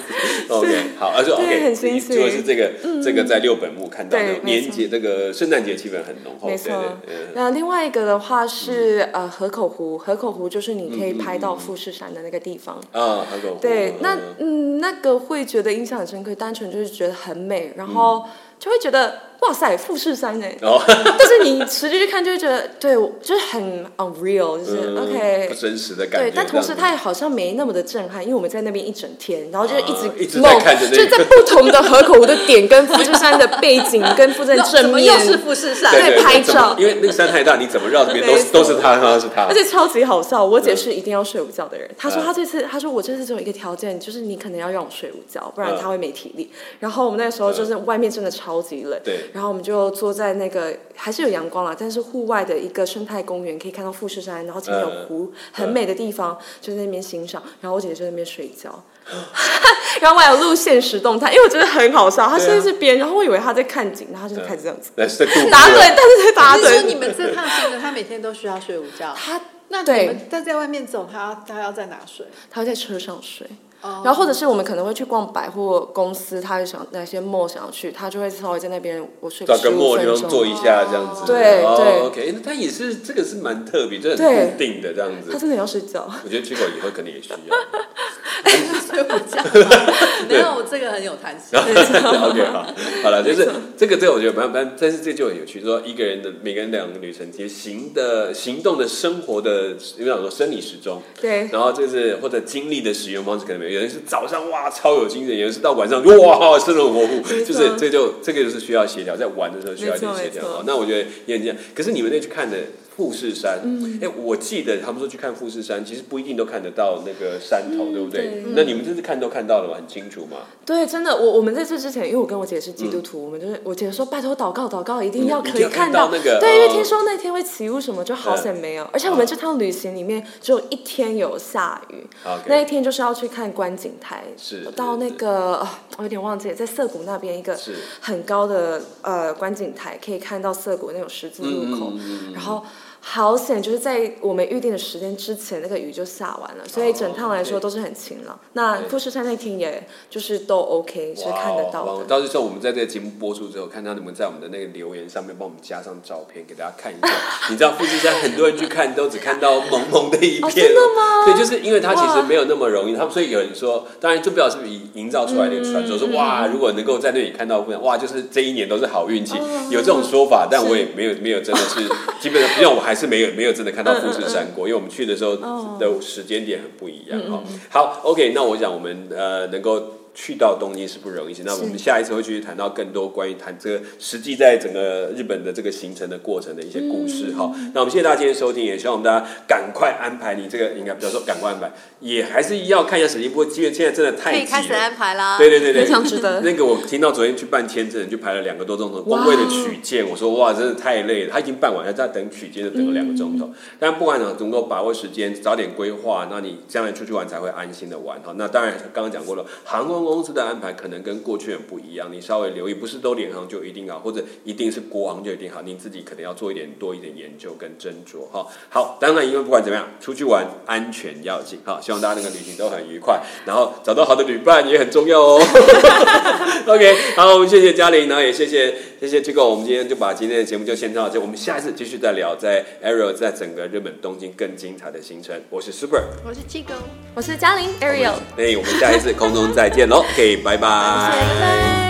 Speaker 1: ？OK，好，哦而且
Speaker 3: 对
Speaker 1: OK，
Speaker 3: 很新
Speaker 1: 你
Speaker 3: 奇
Speaker 1: 说的是这个这个在六本木看到
Speaker 3: 对
Speaker 1: 的
Speaker 3: 没
Speaker 1: 年
Speaker 3: 错
Speaker 1: 节这个圣诞节气氛很浓厚，
Speaker 3: 没
Speaker 1: 对
Speaker 3: 错
Speaker 1: 对，嗯。
Speaker 3: 那另外一个的话是呃河口湖，河口湖就是你可以拍到富士山的那个地方。
Speaker 1: 啊，很懂。
Speaker 3: 对
Speaker 1: 嗯，
Speaker 3: 那
Speaker 1: 嗯
Speaker 3: 嗯，那个会觉得印象很深刻，单纯就是觉得很美，然后就会觉得哇塞，富士山哎！
Speaker 1: 嗯哦
Speaker 3: 但是你实际去看，就会觉得对，我就是很 unreal，就是
Speaker 1: 嗯
Speaker 3: OK，
Speaker 1: 不真实的感觉。
Speaker 3: 对，但同时
Speaker 1: 这样
Speaker 3: 它也好像没那么的震撼，因为我们在那边一整天，然后就
Speaker 1: 啊
Speaker 3: 一直、
Speaker 1: 一直在看着那个
Speaker 3: 就是在不同的河口湖的点跟富士山的背 景跟富士山
Speaker 2: 怎
Speaker 3: 正
Speaker 2: 么
Speaker 3: 面
Speaker 2: 又，是富士山？
Speaker 1: 对对对
Speaker 3: 在拍
Speaker 1: 怎么
Speaker 3: 照
Speaker 1: 因为那个山太大，你 怎么绕这边都是
Speaker 3: 没错
Speaker 1: 都是他，他是他
Speaker 3: 而。且超级好笑。我姐是一定要睡午觉的人，她说
Speaker 1: 嗯
Speaker 3: 她这次，她说我这次只有一个条件，就是你可能要让我睡午觉，不然
Speaker 1: 嗯
Speaker 3: 她会没体力。然后我们那个时候就是外面真的超级冷，
Speaker 1: 对
Speaker 3: 然后我们就坐在那个还是有阳光啦，但是户外的一个生态公园，可以看到富士山，然后前面有
Speaker 1: 嗯
Speaker 3: 湖，很美的地方，就在那边欣赏。然后我姐姐就在那边睡觉，
Speaker 1: 嗯
Speaker 3: 然后我还有录现实动态，因为我觉得很好笑，她
Speaker 1: 对啊啊
Speaker 3: 现在是边，然后我以为她在看景，然后她就是开始这样子
Speaker 1: 那是在度
Speaker 3: 打盹，
Speaker 1: 过
Speaker 3: 但是在打
Speaker 2: 你是说你
Speaker 3: 盹。
Speaker 2: 们这趟行程，他每天都需要睡午 觉？
Speaker 3: 她
Speaker 2: 那你
Speaker 3: 对
Speaker 2: 们，在在外面走，他他要在哪睡？
Speaker 3: 她会在车上睡。
Speaker 2: 哦
Speaker 3: 然后或者是我们可能会去逛百货公司，他想哪些 mall 想要去，他就会稍微在那边我睡
Speaker 1: 找个
Speaker 3: 十五
Speaker 1: 末地
Speaker 3: 分
Speaker 1: 方
Speaker 3: 钟。
Speaker 1: 坐一下这样子。
Speaker 3: 对对
Speaker 1: 哦，OK，那它也是这个是蛮特别，这很
Speaker 3: 对
Speaker 1: 固定的这样
Speaker 3: 他
Speaker 1: 子。
Speaker 3: 真的要睡觉，
Speaker 1: 我觉得去过以后可能也 需要。
Speaker 2: 睡午觉吗？没有，我这个很有弹 性。
Speaker 1: OK，好，好了，就是这个，这个我觉得蛮蛮，但是这就很有趣，说一个人的每个人两个旅程，其实行的、行动的、生活的，有想说生理时钟，
Speaker 3: 对，
Speaker 1: 然后就是或者精力的使用方式可能没有，有人是早上哇超有精神，有人是到晚上哇生龙活虎，
Speaker 3: 没错
Speaker 1: 就是这就这个就是需要协调，在玩的时候需要一点
Speaker 3: 没错
Speaker 1: 协调
Speaker 3: 没错
Speaker 1: 哦那我觉得也很这样。可是你们那去看的富士山。
Speaker 3: 嗯
Speaker 1: 哎、我记得他们说去看富士山，其实不一定都看得到那个山头，对不对？
Speaker 3: 嗯对
Speaker 1: 那你们这次看都看到了吗？很清楚吗？
Speaker 3: 对，真的，我我们在这之前，因为我跟我姐是基督徒，我们就是我姐说拜托祷告祷告，一定要
Speaker 1: 嗯一
Speaker 3: 可
Speaker 1: 定
Speaker 3: 以
Speaker 1: 要看
Speaker 3: 看
Speaker 1: 到那个嗯
Speaker 3: 对，因为
Speaker 1: 哦
Speaker 3: 听说那天会起雾什么，就好险没有。而且我们这趟旅行里面只有一天有下雨，
Speaker 1: OK
Speaker 3: 那一天就是要去看观景台，
Speaker 1: 是
Speaker 3: 到
Speaker 1: 是
Speaker 3: 那
Speaker 1: 是
Speaker 3: 个、啊我有点忘记了，在涩谷那边一个
Speaker 1: 是
Speaker 3: 很高的呃观景台，可以看到涩谷那种十字路
Speaker 1: 嗯
Speaker 3: 口，然后。好险，就是在我们预定的时间之前，那个雨就下完了，所以整趟来说
Speaker 1: 哦，OK
Speaker 3: 都是很晴朗。那
Speaker 1: 对
Speaker 3: 富士山那天也就是都 OK，是看
Speaker 1: 哇
Speaker 3: 得
Speaker 1: 哦
Speaker 3: 到
Speaker 1: 哇哦
Speaker 3: 的。
Speaker 1: 到时候我们在这个节目播出之后，看到你们在我们的那个留言上面帮我们加上照片，给大家看一 下。你知道富士山很多人去看都只看到蒙蒙的一片，
Speaker 3: 哦真的吗
Speaker 1: 对，就是因为它其实
Speaker 3: 哇
Speaker 1: 没有那么容易。他们所以有人说，当然这不知道是不是营营造出来的传说，说哇，如果能够在那里看到富士山，哇，就是这一年都是好运气，
Speaker 3: 哦
Speaker 1: 有这种说法。但我也没有没有真的是，基本上因为我还是没有没有真的看到富士山过，因为我们去的时候
Speaker 3: 嗯哦嗯
Speaker 1: 的时间点很不一样哈。好，OK，那我想我们呃能够。去到东京是不容易，那我们下一次会去谈到更多关于谈这个实际在整个日本的这个行程的过程的一些故事哈、
Speaker 2: 嗯
Speaker 1: 那我们谢谢大家今天收听，也希望我们大家赶快安排你这个应该不要说赶快安排，也还是要看一下时间，不过因为现在真的
Speaker 2: 可
Speaker 1: 太
Speaker 2: 以开
Speaker 1: 挤
Speaker 2: 始
Speaker 1: 了。
Speaker 2: 安排啦。
Speaker 1: 对对对对，
Speaker 3: 非常 值得
Speaker 1: 那个我听到昨天去办签证，就排了两个多钟头，
Speaker 3: 哇
Speaker 1: 光为了取件，我说哇，真的太累了。他已经办完了，再等取件就等了两个钟头。但不管怎么，能够把握时间，早点规划，那你将来出去玩才会安心的玩哈。那当然，刚刚讲过了，航空公司的安排可能跟过去很不一样，你稍微留意，不是都联航就一定好，或者一定是国航就一定好，你自己可能要做一点多一点研究跟斟酌哈。好，当然，因为不管怎么样，出去玩安全要紧哈。希望大家那个旅行都很愉快，然后找到好的旅伴也很重要哦。OK，好，我们谢谢嘉玲，然后也谢谢谢谢这个，我们今天就把今天的节目就先到这，我们下一次继续再聊在 Arrow 在整个日本东京更精彩的行程。我是 Super，
Speaker 2: 我是 Chico，
Speaker 3: 我是嘉玲 Ariel。
Speaker 1: 哎，我们下一次空中再见喽，OK，拜拜
Speaker 2: 拜拜。